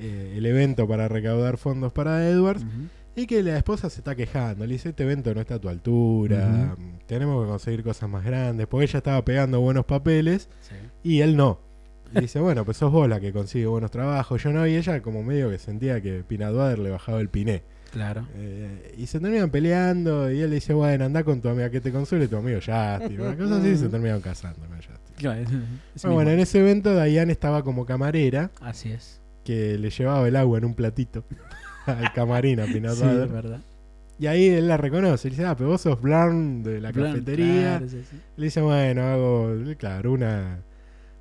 S1: eh, el evento para recaudar fondos para Edwards.
S2: Ujú.
S1: Y que la esposa se está quejando. Le dice, este evento no está a tu altura.
S2: Mm.
S1: mm, Tenemos que conseguir cosas más grandes. Porque ella estaba pegando buenos papeles y él no. Y dice, bueno, pues sos vos la que consigue buenos trabajos. Yo no. Y ella como medio que sentía que Pinaduader le bajaba el piné.
S2: Claro.
S1: Eh, y se terminan peleando. Y él le dice, bueno, anda con tu amiga que te consuele, tu amigo Justin. Una cosa así y se terminan casando con Justin.
S2: Claro, es- es
S1: Ah, bueno,
S2: mismo.
S1: en ese evento Dayan estaba como camarera
S2: Así es.
S1: que le llevaba el agua en un platito al camarín a Peanut
S2: Sí,
S1: Butter.
S2: es verdad.
S1: Y ahí él la reconoce. Le dice, ah, pero vos sos Blarn de la
S2: Blanc,
S1: cafetería.
S2: claro, sí, sí.
S1: Le dice, bueno, hago, claro, una,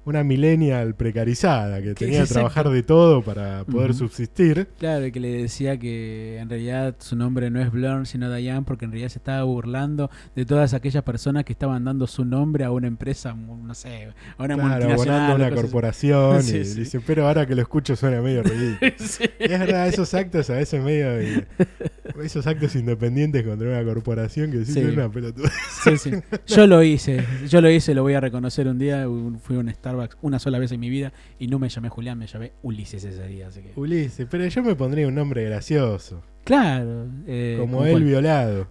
S1: una millennial precarizada que tenía que
S2: exacto.
S1: trabajar de todo para poder
S2: Ujú.
S1: subsistir.
S2: Claro, que le decía que en realidad su nombre no es Blurn, sino Diane, porque en realidad se estaba burlando de todas aquellas personas que estaban dando su nombre a una empresa, mu- no sé, a una
S1: Claro,
S2: multinacional.
S1: abonando a
S2: o
S1: una
S2: cosas así.
S1: corporación.
S2: Sí,
S1: y
S2: sí.
S1: le dice, pero ahora que lo escucho suena medio ridículo.
S2: Sí.
S1: Y Es verdad, esos actos a veces medio. de- esos actos independientes contra una corporación que sí,
S2: Sí.
S1: son una pelotuda.
S2: Sí, sí. Yo lo hice, yo lo hice, lo voy a reconocer un día. un- Fui a un Starbucks una sola vez en mi vida y no me llamé Julián, me llamé Ulises ese día. Así que...
S1: Ulises, pero yo me pondría un nombre gracioso.
S2: Claro. eh,
S1: como
S2: ¿con
S1: él
S2: cuál?
S1: violado.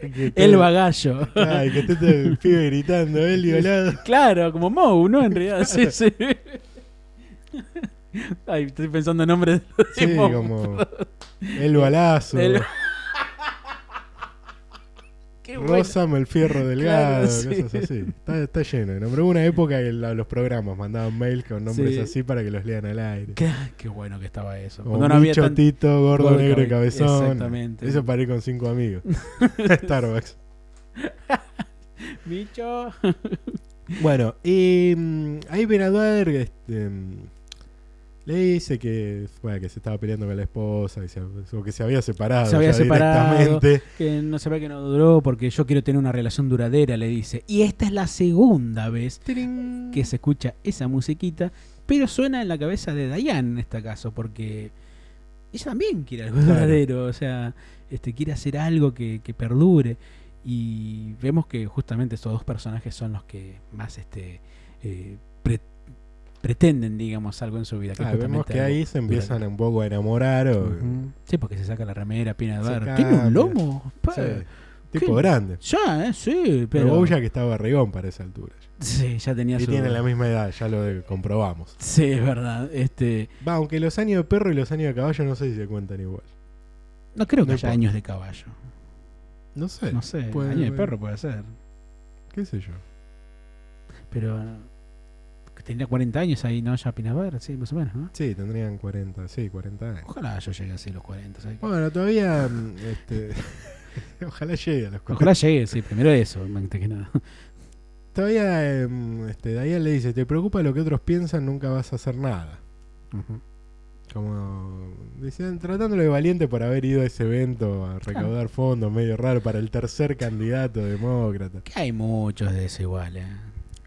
S1: Que esté-
S2: El Bagallo.
S1: Ay, que esté todo el pibe gritando, él violado.
S2: Claro, como Mou, ¿no? En realidad, sí, sí. Ay, estoy pensando en nombres de
S1: Sí,
S2: Mou.
S1: como. El balazo.
S2: El- Qué bueno.
S1: Rózame el fierro delgado,
S2: Claro, sí.
S1: cosas así. Está, está lleno de nombres. Hubo una época que la- los programas mandaban mail con nombres
S2: Sí.
S1: así para que los lean al aire.
S2: Qué, qué bueno que estaba eso.
S1: Como
S2: Cuando no había
S1: Micho,
S2: tan-
S1: Tito, gordo,
S2: Gordo,
S1: negro y
S2: cabe-
S1: cabezón.
S2: exactamente.
S1: Eso para ir con cinco amigos. Starbucks.
S2: Micho.
S1: Bueno, y mm, ahí Benaduer este, mm, le dice que, bueno, que se estaba peleando con la esposa, que se, o que se había separado.
S2: Se había
S1: ya
S2: separado.
S1: directamente.
S2: Que no se ve que no duró porque yo quiero tener una relación duradera, le dice. Y esta es la segunda vez
S1: ¡Tirín!
S2: que se escucha esa musiquita, pero suena en la cabeza de Diane en este caso, porque ella también quiere algo
S1: Claro.
S2: verdadero, o sea, este, quiere hacer algo que, que perdure. Y vemos que justamente estos dos personajes son los que más este eh, pre- pretenden, digamos, algo en su vida. que
S1: Ah,
S2: es
S1: vemos
S2: justamente
S1: que
S2: algo
S1: ahí se empiezan
S2: duradero.
S1: un poco a enamorar. O,
S2: Ujú. Sí, porque se saca la remera, pina de
S1: Se
S2: bar. Tiene
S1: cambia.
S2: un lomo. Pa.
S1: o sea, tipo
S2: ¿Qué?
S1: grande.
S2: Ya, eh, sí,
S1: Pero
S2: pero.
S1: Bojack estaba barrigón para esa altura.
S2: Sí, ya tenía
S1: Y
S2: su.
S1: tiene la misma edad, ya lo de- comprobamos.
S2: Sí, es verdad. Este,
S1: Va, aunque los años de perro y los años de caballo no sé si se cuentan igual.
S2: no creo que
S1: No
S2: haya
S1: importa.
S2: años de caballo.
S1: No sé,
S2: No sé,
S1: Puede-
S2: año de
S1: puede-
S2: perro puede ser.
S1: qué sé yo.
S2: Pero eh, tenía 40 años ahí, ¿no? Ya Pinabar, sí, más o menos, ¿no?
S1: Sí, tendrían 40, sí, 40 años.
S2: Ojalá yo llegue así a los 40. ¿sabes?
S1: Bueno, todavía. mm, este, ojalá llegue a los cuatro.
S2: Ojalá llegue, sí, primero eso, antes que nada.
S1: Todavía em, este, Dayan le dice: Te preocupa lo que otros piensan, nunca vas a hacer nada.
S2: Ujú.
S1: Como dicen, tratándolo de valiente por haber ido a ese evento a
S2: Ah.
S1: recaudar fondos, medio raro, para el tercer candidato demócrata.
S2: Que hay muchos de eso igual, ¿eh?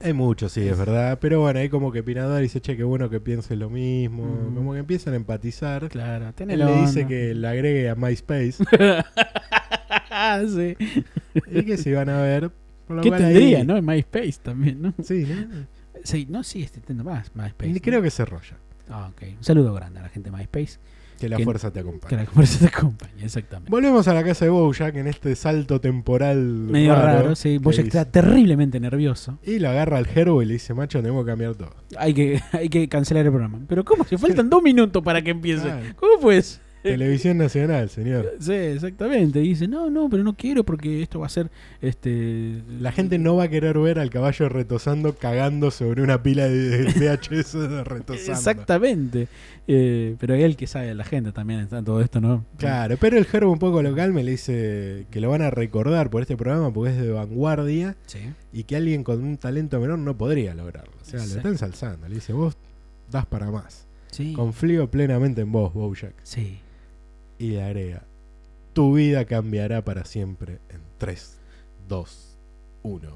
S1: Hay muchos, sí, es verdad. Pero bueno, hay como que Pinador dice, che, qué bueno que pienses lo mismo.
S2: Mm.
S1: Como que empiezan a empatizar.
S2: Claro,
S1: Él
S2: tenelo.
S1: le dice que le agregue a MySpace
S2: sí.
S1: y que se iban a ver. Por lo
S2: ¿Qué
S1: cual ahí-
S2: tendría, no? En MySpace también, ¿no?
S1: Sí, ¿no?
S2: Sí, no sigue teniendo más MySpace.
S1: Y
S2: ¿no?
S1: creo que se rolla.
S2: Ah, ok. Un saludo grande a la gente de MySpace.
S1: Que la
S2: Que-
S1: fuerza te
S2: Que
S1: acompañe.
S2: la conversa te acompaña, exactamente.
S1: Volvemos a la casa de Bojack en este salto temporal
S2: Medio raro, sí.
S1: que
S2: Bojack
S1: dice.
S2: está terriblemente nervioso.
S1: Y lo agarra al Herbo y le dice, macho, tenemos que cambiar todo.
S2: Hay que, hay que cancelar el programa. Pero ¿cómo? Si faltan dos minutos para que empiece.
S1: Claro.
S2: ¿Cómo pues?
S1: Televisión Nacional, señor.
S2: Sí, exactamente. Y dice, no, no, pero no quiero porque esto va a ser... este
S1: La gente no va a querer ver al caballo retosando, cagando sobre una pila de de VHS de retosando.
S2: Exactamente. Eh, pero él que sabe, la gente también está en todo esto, ¿no?
S1: Claro, pero el Herbo un poco local me le dice que lo van a recordar por este programa porque es de vanguardia
S2: Sí.
S1: y que alguien con un talento menor no podría lograrlo. O sea, lo está
S2: Exacto.
S1: ensalzando. Le dice, vos das para más.
S2: Sí.
S1: Confío plenamente en vos, Bojack.
S2: Sí.
S1: Y le agrega, tu vida cambiará para siempre en 3, 2, 1.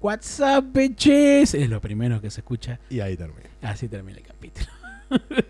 S2: WhatsApp, bitches. Es lo primero que se escucha.
S1: Y ahí termina.
S2: Así termina el capítulo.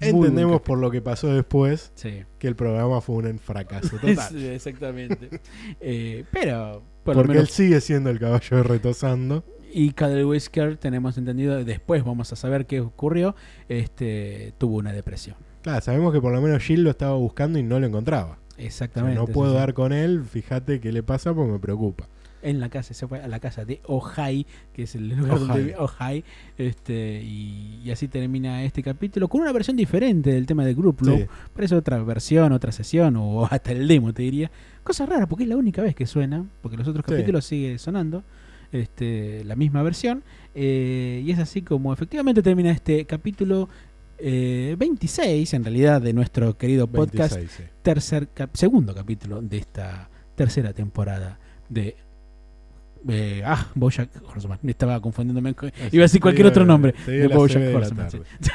S2: Muy buen
S1: Entendemos por lo que pasó después
S2: Sí.
S1: que el programa fue un fracaso total.
S2: Sí, exactamente. Eh, pero, por lo
S1: Porque él
S2: menos.
S1: sigue siendo el caballo de retosando.
S2: Y Cadel Whisker, tenemos entendido, después vamos a saber qué ocurrió. Este tuvo una depresión.
S1: Claro, sabemos que por lo menos Jill lo estaba buscando y no lo encontraba. O sea,
S2: Exactamente.
S1: no
S2: sí,
S1: puedo
S2: sí.
S1: dar con él, fíjate qué le pasa porque me preocupa.
S2: en la casa, se fue a la casa de Ojai, que es el lugar
S1: Ojai.
S2: donde vive Ojai, este, y, y así termina este capítulo, con una versión diferente del tema de Group Loop,
S1: Sí.
S2: parece otra versión, otra sesión, o hasta el demo te diría, cosa rara, porque es la única vez que suena, porque los otros
S1: Sí.
S2: capítulos sigue sonando, este, la misma versión, eh, y es así como efectivamente termina este capítulo eh, 26, en realidad, de nuestro querido podcast,
S1: 26, sí.
S2: tercer cap- segundo capítulo de esta tercera temporada de eh, ah, Bojack Horseman. Estaba confundiéndome
S1: Ah,
S2: con, iba a decir cualquier
S1: Te
S2: otro
S1: digo-
S2: nombre
S1: te
S2: de
S1: digo la CB de
S2: Bojack
S1: la
S2: Horseman.
S1: tarde.
S2: sí.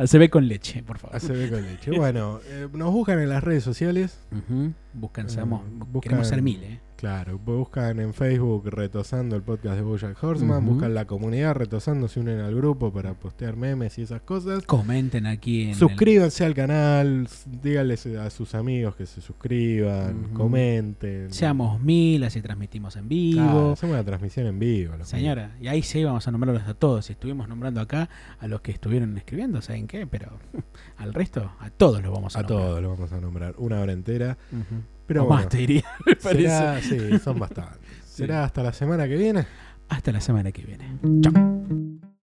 S2: Ah, Se ve con leche, por favor.
S1: ACB con leche. Bueno, eh, nos buscan en las redes sociales.
S2: Ujú. Buscan, seamos-
S1: Eh, Buscan-
S2: queremos ser mil, eh.
S1: Claro, buscan en Facebook Retosando el podcast de Bojack Horseman,
S2: Ujú.
S1: buscan la comunidad Retosando, se unen al grupo para postear memes y esas cosas.
S2: Comenten aquí en el-
S1: Suscríbanse al canal, s- díganles eh, a sus amigos que se suscriban,
S2: Ujú.
S1: comenten.
S2: Seamos mil, así transmitimos en vivo.
S1: Claro, hacemos una transmisión en vivo. los
S2: Señora, y ahí sí vamos a nombrarlos a todos. Si estuvimos nombrando acá a los que estuvieron escribiendo, ¿saben qué? Pero al resto, a todos los vamos
S1: miembros.
S2: a,
S1: a
S2: nombrar.
S1: todos lo vamos a nombrar, una hora entera.
S2: Ujú.
S1: Pero
S2: O
S1: bueno,
S2: más te diría, me parece.
S1: será- sí, son bastantes. Será hasta la semana que viene.
S2: Hasta la semana que viene. Chao.